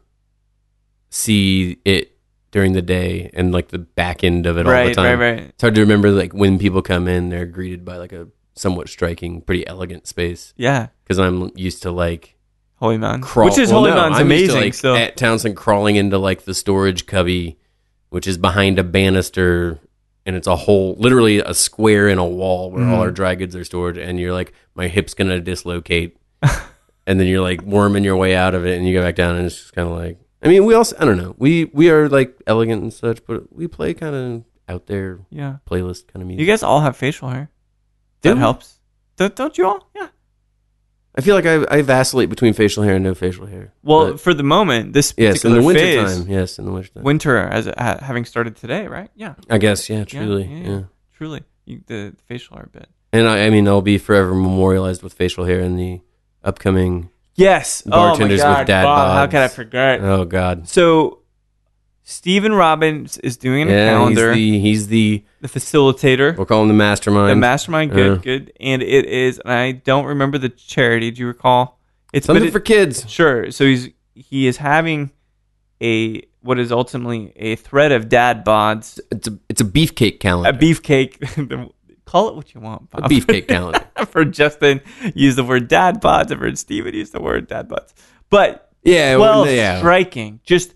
Speaker 2: see it during the day and like the back end of it all the
Speaker 1: Right, right,
Speaker 2: time.
Speaker 1: right.
Speaker 2: It's hard to remember like when people come in, they're greeted by like a somewhat striking, pretty elegant space
Speaker 1: Yeah,
Speaker 2: because I'm used to like
Speaker 1: Holy Mountain,
Speaker 2: crawl-
Speaker 1: which is
Speaker 2: well,
Speaker 1: Holy
Speaker 2: no,
Speaker 1: Mountain's
Speaker 2: I'm used to,
Speaker 1: amazing.
Speaker 2: like,
Speaker 1: so
Speaker 2: at Townsend crawling into like the storage cubby, which is behind a banister and it's a whole literally a square in a wall where
Speaker 1: Mm.
Speaker 2: all our dry goods are stored and you're like my hip's gonna dislocate and then you're like worming your way out of it and you go back down and it's just kind of like i mean we also i don't know we we are like elegant and such but we play kind of out there
Speaker 1: Yeah.
Speaker 2: playlist kind of music
Speaker 1: You guys all have facial hair.
Speaker 2: Do
Speaker 1: That
Speaker 2: we?
Speaker 1: helps. Don't, don't you all? Yeah.
Speaker 2: i feel like I, I vacillate between facial hair and no facial hair
Speaker 1: Well,
Speaker 2: But
Speaker 1: for the moment, this
Speaker 2: yes in
Speaker 1: particular
Speaker 2: the winter
Speaker 1: phase,
Speaker 2: time yes in the winter time
Speaker 1: winter as ha- having started today, right? Yeah,
Speaker 2: i guess yeah truly
Speaker 1: yeah,
Speaker 2: yeah,
Speaker 1: yeah. truly. You, the, the facial hair bit.
Speaker 2: and I, I mean i'll be forever memorialized with facial hair in the upcoming
Speaker 1: Yes.
Speaker 2: Bartenders
Speaker 1: oh
Speaker 2: with
Speaker 1: my God.
Speaker 2: dad
Speaker 1: Bob, How
Speaker 2: bods.
Speaker 1: could I forget?
Speaker 2: oh god
Speaker 1: so, Stephen Robbins is doing a calendar.
Speaker 2: he's
Speaker 1: The,
Speaker 2: the, he's the
Speaker 1: facilitator,
Speaker 2: we'll call him the mastermind.
Speaker 1: the mastermind. Good,
Speaker 2: Yeah.
Speaker 1: good. And it is. And I don't remember the charity. Do you recall? It's but
Speaker 2: Something
Speaker 1: it-
Speaker 2: for kids.
Speaker 1: Sure. So he's he is having a what is ultimately a thread of dad bods,
Speaker 2: It's a it's a beefcake
Speaker 1: a
Speaker 2: calendar.
Speaker 1: beefcake. Call it what you want.
Speaker 2: A
Speaker 1: Bob.
Speaker 2: beefcake calendar.
Speaker 1: for Justin, use the word dad bods. I've heard Steven use the word dad bods. But
Speaker 2: Yeah, well,
Speaker 1: well,
Speaker 2: yeah.
Speaker 1: striking. Just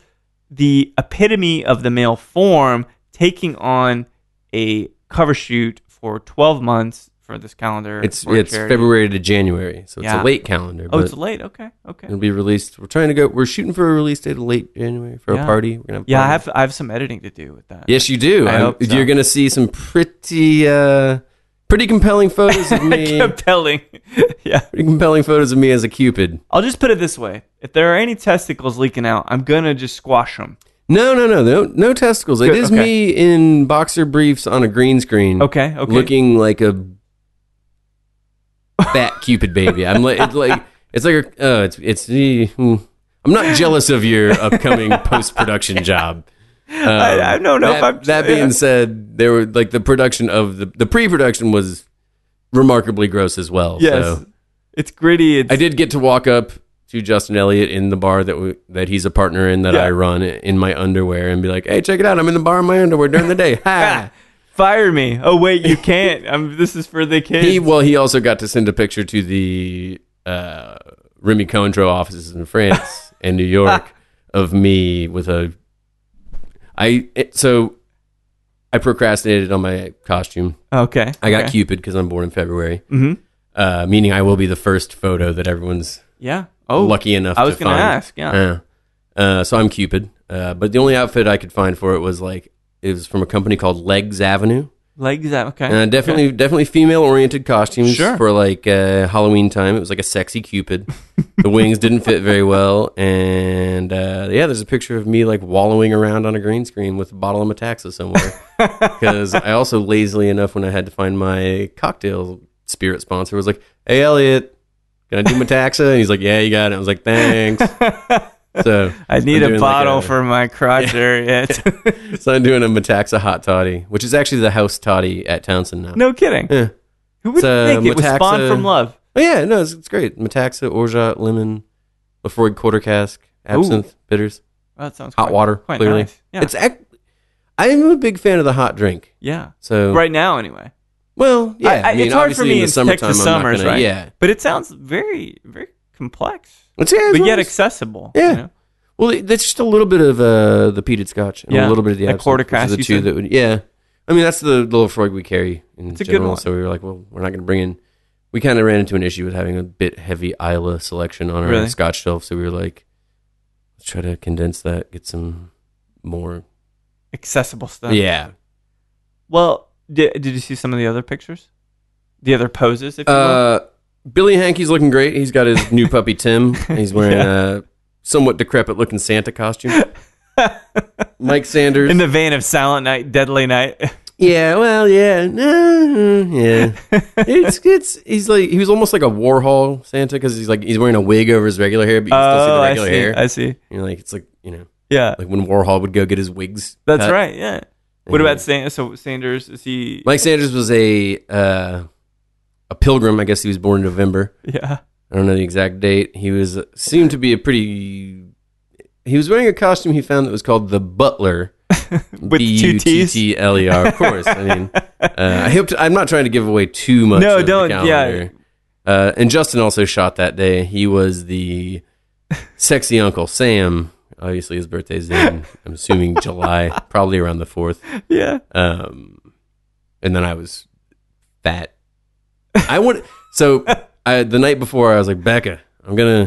Speaker 1: the epitome of the male form taking on a cover shoot for 12 months for this calendar.
Speaker 2: It's
Speaker 1: for a
Speaker 2: it's
Speaker 1: charity.
Speaker 2: February to January, so it's
Speaker 1: Yeah.
Speaker 2: a late calendar.
Speaker 1: Oh,
Speaker 2: but
Speaker 1: it's late. Okay. Okay.
Speaker 2: it'll be released. We're trying to go. We're shooting for a release date of late January for
Speaker 1: Yeah.
Speaker 2: a party. We're gonna have a
Speaker 1: Yeah, I
Speaker 2: party.
Speaker 1: have I have some editing to do with that.
Speaker 2: Yes, you do.
Speaker 1: I
Speaker 2: I'm-
Speaker 1: hope so.
Speaker 2: You're gonna see some pretty uh, pretty compelling photos of me.
Speaker 1: compelling. yeah.
Speaker 2: pretty compelling photos of me as a cupid.
Speaker 1: I'll just put it this way: if there are any testicles leaking out, I'm gonna just squash them.
Speaker 2: No, no, no, no, no testicles. It
Speaker 1: Good,
Speaker 2: is
Speaker 1: okay.
Speaker 2: me in boxer briefs on a green screen.
Speaker 1: Okay. Okay.
Speaker 2: looking like a fat cupid baby. I'm like it's like it's like a, oh, it's it's eh, hmm. I'm not jealous of your upcoming post production job. Um,
Speaker 1: I don't know if
Speaker 2: That,
Speaker 1: I'm-
Speaker 2: that
Speaker 1: yeah.
Speaker 2: being said, there were like the production of the the pre production was remarkably gross as well.
Speaker 1: Yes.
Speaker 2: So
Speaker 1: It's gritty. It's,
Speaker 2: I did get to walk up to Justin Elliott in the bar that we, that he's a partner in that
Speaker 1: Yeah.
Speaker 2: I run in my underwear and be like, hey, check it out, I'm in the bar in my underwear during the day. Ha.
Speaker 1: Ah, fire me. Oh wait, you can't. I'm, this is for the kids.
Speaker 2: He well, he also got to send a picture to the uh, Remy Cointreau offices in France and New York of me with a. I it, so I procrastinated on my costume.
Speaker 1: okay.
Speaker 2: I got
Speaker 1: okay.
Speaker 2: Cupid because I'm born in February,
Speaker 1: Mhm.
Speaker 2: uh, meaning I will be the first photo that everyone's
Speaker 1: Yeah. Oh,
Speaker 2: lucky enough.
Speaker 1: I was
Speaker 2: to
Speaker 1: gonna
Speaker 2: find.
Speaker 1: ask. Yeah.
Speaker 2: Yeah. Uh, so I'm Cupid, uh, but the only outfit I could find for it was like it was from a company called Legs Avenue.
Speaker 1: Legs out. Okay.
Speaker 2: Uh, definitely, definitely female oriented costumes
Speaker 1: Sure.
Speaker 2: for like uh, Halloween time. It was like a sexy Cupid. the wings didn't fit very well, and uh, yeah, there's a picture of me like wallowing around on a green screen with a bottle of Metaxa somewhere. Because I also lazily enough, when I had to find my cocktail spirit sponsor, was like, "Hey, Elliot, can I do Metaxa?" And he's like, "Yeah, you got it." I was like, "Thanks." So
Speaker 1: I need
Speaker 2: I'm
Speaker 1: a
Speaker 2: doing, like,
Speaker 1: bottle
Speaker 2: a-
Speaker 1: for my crotch area.
Speaker 2: So I'm doing a Metaxa hot toddy, which is actually the house toddy at Townsend now.
Speaker 1: no kidding.
Speaker 2: Yeah.
Speaker 1: Who would
Speaker 2: It's, uh,
Speaker 1: think it was spawned
Speaker 2: Metaxa-
Speaker 1: from love?
Speaker 2: Oh yeah, no, it's, it's great. Metaxa, Orgeat, lemon, Lafroig quarter cask, absinthe, bitters,
Speaker 1: Oh, that sounds
Speaker 2: hot
Speaker 1: quite,
Speaker 2: water.
Speaker 1: Quite
Speaker 2: clearly,
Speaker 1: nice. Yeah.
Speaker 2: it's. Ac- I'm a big fan of the hot drink.
Speaker 1: yeah.
Speaker 2: So
Speaker 1: Right now, anyway.
Speaker 2: well, yeah.
Speaker 1: I- I-
Speaker 2: mean,
Speaker 1: it's hard for
Speaker 2: obviously
Speaker 1: me
Speaker 2: in the
Speaker 1: in
Speaker 2: summertime.
Speaker 1: Texas
Speaker 2: I'm not
Speaker 1: summers,
Speaker 2: gonna-
Speaker 1: right?
Speaker 2: Yeah,
Speaker 1: But it sounds very, very complex.
Speaker 2: it's, yeah, it's
Speaker 1: but yet
Speaker 2: nice.
Speaker 1: accessible.
Speaker 2: Yeah. well, it- that's just a little bit of uh, the peated scotch and
Speaker 1: Yeah.
Speaker 2: a little bit of the,
Speaker 1: The
Speaker 2: absinthe,
Speaker 1: quarter
Speaker 2: which are
Speaker 1: cask,
Speaker 2: The
Speaker 1: you
Speaker 2: two
Speaker 1: said?
Speaker 2: that would, yeah. I mean, that's the little frog we carry in
Speaker 1: It's a good
Speaker 2: general.
Speaker 1: one.
Speaker 2: So we were like, well, we're not going to bring in. We kind of ran into an issue with having a bit heavy Isla selection on our
Speaker 1: Really?
Speaker 2: scotch shelf. So we were like, let's try to condense that, get some more.
Speaker 1: Accessible stuff.
Speaker 2: Yeah.
Speaker 1: Well, did, did you see some of the other pictures? The other poses, if you will?
Speaker 2: Uh, Billy Hankey's looking great. He's got his new puppy Tim. He's wearing a somewhat decrepit looking Santa costume. Uh, Mike Sanders.
Speaker 1: In the vein of Silent Night, Deadly Night.
Speaker 2: Yeah, well, yeah, no, yeah. It's it's he's like he was almost like a Warhol Santa because he's like he's wearing a wig over his regular hair, but you can still see
Speaker 1: oh,
Speaker 2: the
Speaker 1: I
Speaker 2: regular
Speaker 1: see.
Speaker 2: hair.
Speaker 1: I see.
Speaker 2: you know, like it's like you know,
Speaker 1: Yeah,
Speaker 2: like when Warhol would go get his wigs.
Speaker 1: that's
Speaker 2: cut.
Speaker 1: right. Yeah. What
Speaker 2: Yeah.
Speaker 1: about Sanders? So Sanders is he?
Speaker 2: Mike Sanders was a uh, a pilgrim. I guess he was born in November.
Speaker 1: Yeah.
Speaker 2: I don't know the exact date. He was seemed to be a pretty. He was wearing a costume he found that was called the Butler.
Speaker 1: With two T's?
Speaker 2: B-U-T-T-L-E-R. E Of course. I mean, uh, I hope to, I'm not trying to give away too much.
Speaker 1: No,
Speaker 2: of the
Speaker 1: don't, yeah.
Speaker 2: calendar. Uh, and Justin also shot that day. He was the sexy uncle Sam. Obviously, his birthday's in. I'm assuming July, probably around the fourth.
Speaker 1: Yeah.
Speaker 2: Um, and then I was fat. I would so I the night before I was like Becca, I'm gonna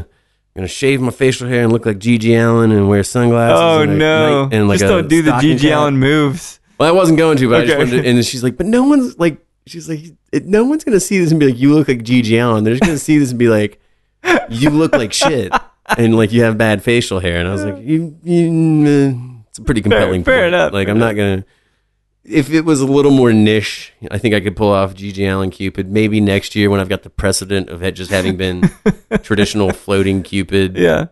Speaker 2: I'm gonna shave my facial hair and look like Gigi Allen and wear sunglasses.
Speaker 1: Oh
Speaker 2: and a
Speaker 1: no!
Speaker 2: night- and like
Speaker 1: Just
Speaker 2: a
Speaker 1: don't do the
Speaker 2: stocking
Speaker 1: Gigi
Speaker 2: cap.
Speaker 1: Allen moves.
Speaker 2: Well, I wasn't going to, but I just
Speaker 1: Okay.
Speaker 2: wanted to, and she's like, but no one's like, she's like, "It- no one's gonna see this and be like, you look like Gigi Allen. They're just gonna see this and be like, you look like shit, and like you have bad facial hair. And I was like, you, you mm, it's a pretty compelling.
Speaker 1: fair
Speaker 2: point.
Speaker 1: enough,
Speaker 2: Like
Speaker 1: fair
Speaker 2: I'm not gonna. If it was a little more niche, I think I could pull off Gigi Allen Cupid. Maybe next year when I've got the precedent of it just having been traditional floating Cupid,
Speaker 1: Yeah,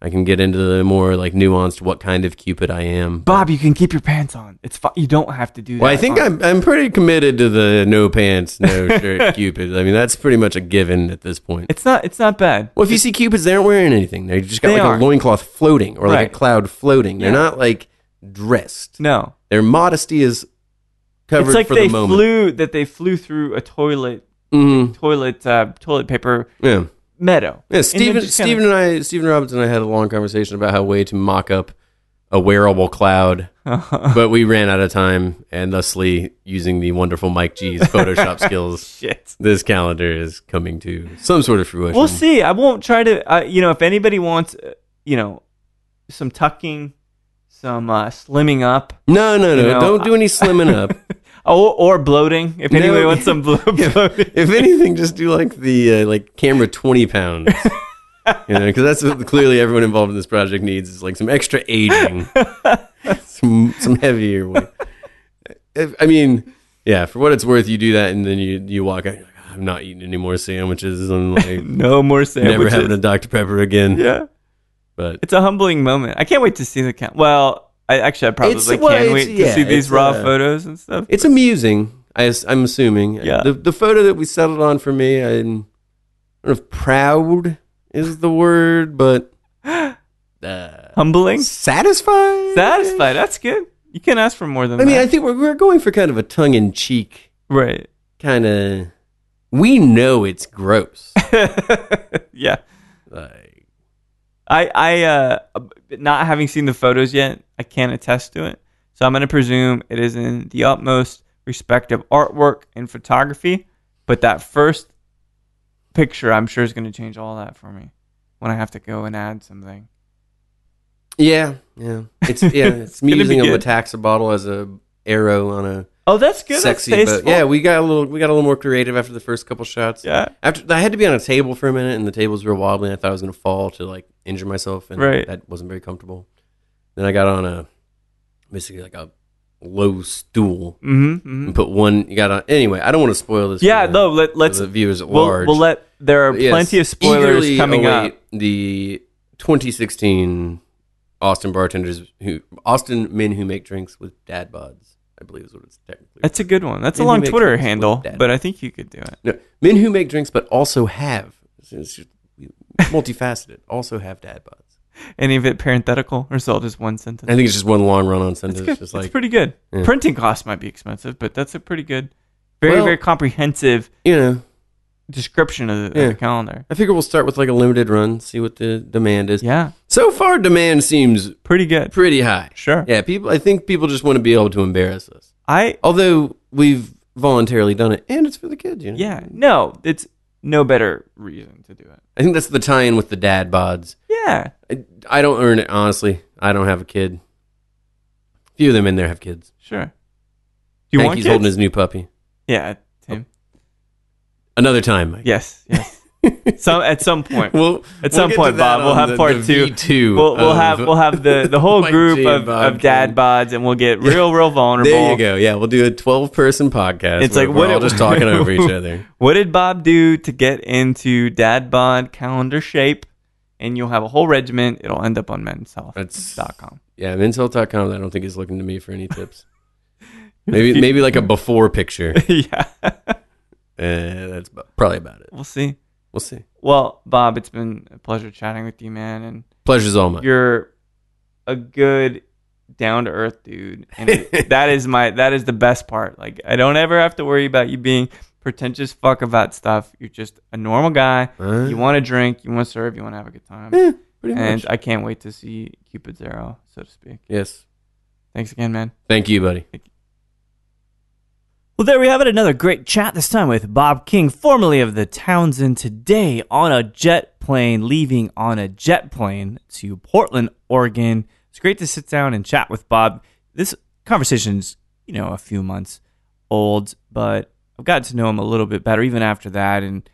Speaker 2: I can get into the more like nuanced what kind of Cupid I am.
Speaker 1: Bob, you can keep your pants on. It's fine. You don't have to do that.
Speaker 2: Well, I think
Speaker 1: on-
Speaker 2: I'm I'm pretty committed to the no pants, no shirt Cupid. I mean, that's pretty much a given at this point.
Speaker 1: It's not. It's not bad.
Speaker 2: Well, if you see Cupids, they aren't wearing anything. They just got
Speaker 1: They
Speaker 2: like
Speaker 1: aren't.
Speaker 2: a loincloth floating or like
Speaker 1: Right.
Speaker 2: a cloud floating. They're
Speaker 1: Yeah.
Speaker 2: not like dressed.
Speaker 1: No,
Speaker 2: Their modesty is covered
Speaker 1: it's like
Speaker 2: for
Speaker 1: they
Speaker 2: the moment.
Speaker 1: flew that they flew through a toilet
Speaker 2: Mhm.
Speaker 1: toilet uh, toilet paper
Speaker 2: Yeah.
Speaker 1: meadow.
Speaker 2: Yeah,
Speaker 1: And
Speaker 2: Steven,
Speaker 1: then just kinda-
Speaker 2: Steven and I, Steven Robinson and I had a long conversation about how way to mock up a wearable cloud, but we ran out of time and thusly using the wonderful Mike G's Photoshop skills.
Speaker 1: Shit.
Speaker 2: this calendar is coming to some sort of fruition.
Speaker 1: We'll see. I won't try to. Uh, you know, if anybody wants, uh, you know, some tucking, some uh, slimming up,
Speaker 2: No, no, no.
Speaker 1: You know,
Speaker 2: don't do any slimming up.
Speaker 1: or, Oh, or bloating. If
Speaker 2: No.
Speaker 1: anybody wants some blo- bloating,
Speaker 2: if anything, just do like the uh, like camera twenty pounds. You know, because that's what clearly everyone involved in this project needs is like some extra aging, some some heavier weight. If- I mean, yeah, for what it's worth, you do that, and then you you walk out. You're like, I'm not eating any more sandwiches. I'm like
Speaker 1: no more
Speaker 2: never
Speaker 1: sandwiches.
Speaker 2: having a Dr Pepper again.
Speaker 1: yeah,
Speaker 2: But
Speaker 1: it's a humbling moment. I can't wait to see the count. Well, I actually I probably
Speaker 2: It's-
Speaker 1: can't
Speaker 2: well, it's-
Speaker 1: wait to
Speaker 2: yeah,
Speaker 1: see these
Speaker 2: it's,
Speaker 1: raw
Speaker 2: uh,
Speaker 1: photos and stuff.
Speaker 2: It's amusing. I, am assuming.
Speaker 1: Yeah.
Speaker 2: The the photo that we settled on for me, I'm I don't know if proud is the word, but uh,
Speaker 1: Humbling,
Speaker 2: satisfied.
Speaker 1: satisfied. That's good. You can ask for more than
Speaker 2: I mean, I
Speaker 1: that.
Speaker 2: think we're we're going for kind of a tongue in cheek
Speaker 1: right?
Speaker 2: kind of. We know it's gross.
Speaker 1: yeah.
Speaker 2: like,
Speaker 1: I I uh not having seen the photos yet, I can't attest to it. So I'm going to presume it is in the utmost respect of artwork and photography, but that first picture I'm sure is going to change all that for me when I have to go and add something.
Speaker 2: yeah, yeah. It's yeah. It's, me
Speaker 1: gonna be
Speaker 2: using a
Speaker 1: good.
Speaker 2: Metaxa bottle as a arrow on a
Speaker 1: Oh, that's good.
Speaker 2: sexy
Speaker 1: that's
Speaker 2: boat.
Speaker 1: tasteful.
Speaker 2: Yeah, we got a little we got a little more creative after the first couple shots.
Speaker 1: Yeah.
Speaker 2: After I had to be on a table for a minute, and the tables were wobbly. and I thought I was going to fall to like injure myself, and
Speaker 1: Right.
Speaker 2: that wasn't very comfortable. Then I got on a basically like a low stool
Speaker 1: Mhm. mhm.
Speaker 2: and put one. You got on anyway. I don't want to spoil this.
Speaker 1: Yeah,
Speaker 2: for the-
Speaker 1: no, let,
Speaker 2: for
Speaker 1: let's
Speaker 2: the viewers at
Speaker 1: we'll,
Speaker 2: large.
Speaker 1: we'll let there are
Speaker 2: But yes,
Speaker 1: plenty of spoilers
Speaker 2: eagerly
Speaker 1: coming
Speaker 2: await
Speaker 1: up.
Speaker 2: The 2016 Austin bartenders who Austin men who make drinks with dad bods. I believe is what it's technically.
Speaker 1: That's a good one. That's a
Speaker 2: Maybe
Speaker 1: long
Speaker 2: make
Speaker 1: Twitter
Speaker 2: friends with
Speaker 1: handle,
Speaker 2: that.
Speaker 1: but I think you could do it.
Speaker 2: No, men who make drinks but also have. It's- it's just multifaceted. also have dad bods.
Speaker 1: Any of it parenthetical or is it all just one sentence?
Speaker 2: I think it's just one long run on
Speaker 1: That's
Speaker 2: sentence.
Speaker 1: good.
Speaker 2: Just
Speaker 1: That's
Speaker 2: like
Speaker 1: pretty good.
Speaker 2: Yeah.
Speaker 1: Printing costs might be expensive, but that's a pretty good, very
Speaker 2: Well-
Speaker 1: very comprehensive
Speaker 2: you know,
Speaker 1: description of the, of
Speaker 2: Yeah.
Speaker 1: the calendar.
Speaker 2: I figure we'll start with like a limited run, see what the demand is.
Speaker 1: Yeah,
Speaker 2: So far, demand seems
Speaker 1: pretty good.
Speaker 2: pretty high.
Speaker 1: Sure.
Speaker 2: Yeah, people. I think people just want to be able to embarrass us.
Speaker 1: I
Speaker 2: Although we've voluntarily done it, and it's for the kids. You know.
Speaker 1: yeah no, it's no better reason to do it.
Speaker 2: I think that's the tie-in with the dad bods.
Speaker 1: Yeah,
Speaker 2: I, I don't earn it honestly. I don't have a kid. Few of them in there have kids.
Speaker 1: sure. Do you want
Speaker 2: Hanky's
Speaker 1: kids?
Speaker 2: holding his Oh. new puppy.
Speaker 1: yeah, Tim.
Speaker 2: Another time, Mike.
Speaker 1: Yes, yes. some at some point.
Speaker 2: Well,
Speaker 1: At some
Speaker 2: get
Speaker 1: point,
Speaker 2: to that
Speaker 1: Bob, we'll
Speaker 2: on
Speaker 1: have part two.
Speaker 2: V2
Speaker 1: We'll, we'll
Speaker 2: of-
Speaker 1: have we'll have the, the whole
Speaker 2: um, Mike
Speaker 1: group
Speaker 2: G and
Speaker 1: of,
Speaker 2: Bob
Speaker 1: of dad
Speaker 2: King.
Speaker 1: bods, and we'll get real real vulnerable.
Speaker 2: There you go. Yeah, we'll do a twelve person podcast.
Speaker 1: It's
Speaker 2: where
Speaker 1: like,
Speaker 2: we're
Speaker 1: what
Speaker 2: all
Speaker 1: it-
Speaker 2: just talking over each other.
Speaker 1: What did Bob do to get into dad bod calendar shape? And you'll have a whole regiment. It'll end up on
Speaker 2: That's-
Speaker 1: men'shealth.com.
Speaker 2: Yeah, mental.com. I don't think he's looking to me for any tips. Maybe maybe like a before picture. Uh,
Speaker 1: yeah,
Speaker 2: that's about- probably about it.
Speaker 1: we'll see.
Speaker 2: We'll see.
Speaker 1: Well, Bob, it's been a pleasure chatting with you, man. And
Speaker 2: Pleasure's all mine.
Speaker 1: you're a good, down to earth dude, and it- that is my that is the best part. Like I don't ever have to worry about you being pretentious fuck about stuff. You're just a normal guy.
Speaker 2: Huh?
Speaker 1: You want to drink. You want to serve. You want to have a good time.
Speaker 2: Eh, pretty
Speaker 1: And
Speaker 2: much.
Speaker 1: I can't wait to see Cupid's arrow, so to speak.
Speaker 2: yes.
Speaker 1: Thanks again, man.
Speaker 2: Thank you, buddy.
Speaker 1: Well, there we have it. Another great chat, this time with Bob King, formerly of the Townsend, today on a jet plane, leaving on a jet plane to Portland, Oregon. It's great to sit down and chat with Bob. This conversation's, you know, a few months old, but I've gotten to know him a little bit better even after that. And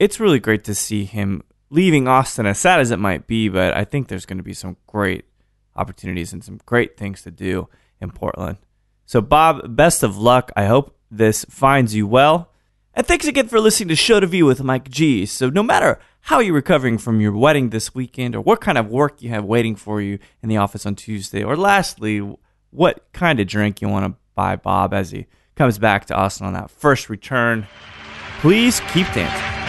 Speaker 1: it's really great to see him leaving Austin, as sad as it might be, but I think there's going to be some great opportunities and some great things to do in Portland. So, Bob, best of luck. I hope this finds you well. And thanks again for listening to Show to View with Mike G. So, no matter how you're recovering from your wedding this weekend, or what kind of work you have waiting for you in the office on Tuesday, or lastly, what kind of drink you want to buy Bob as he comes back to Austin on that first return, please keep dancing.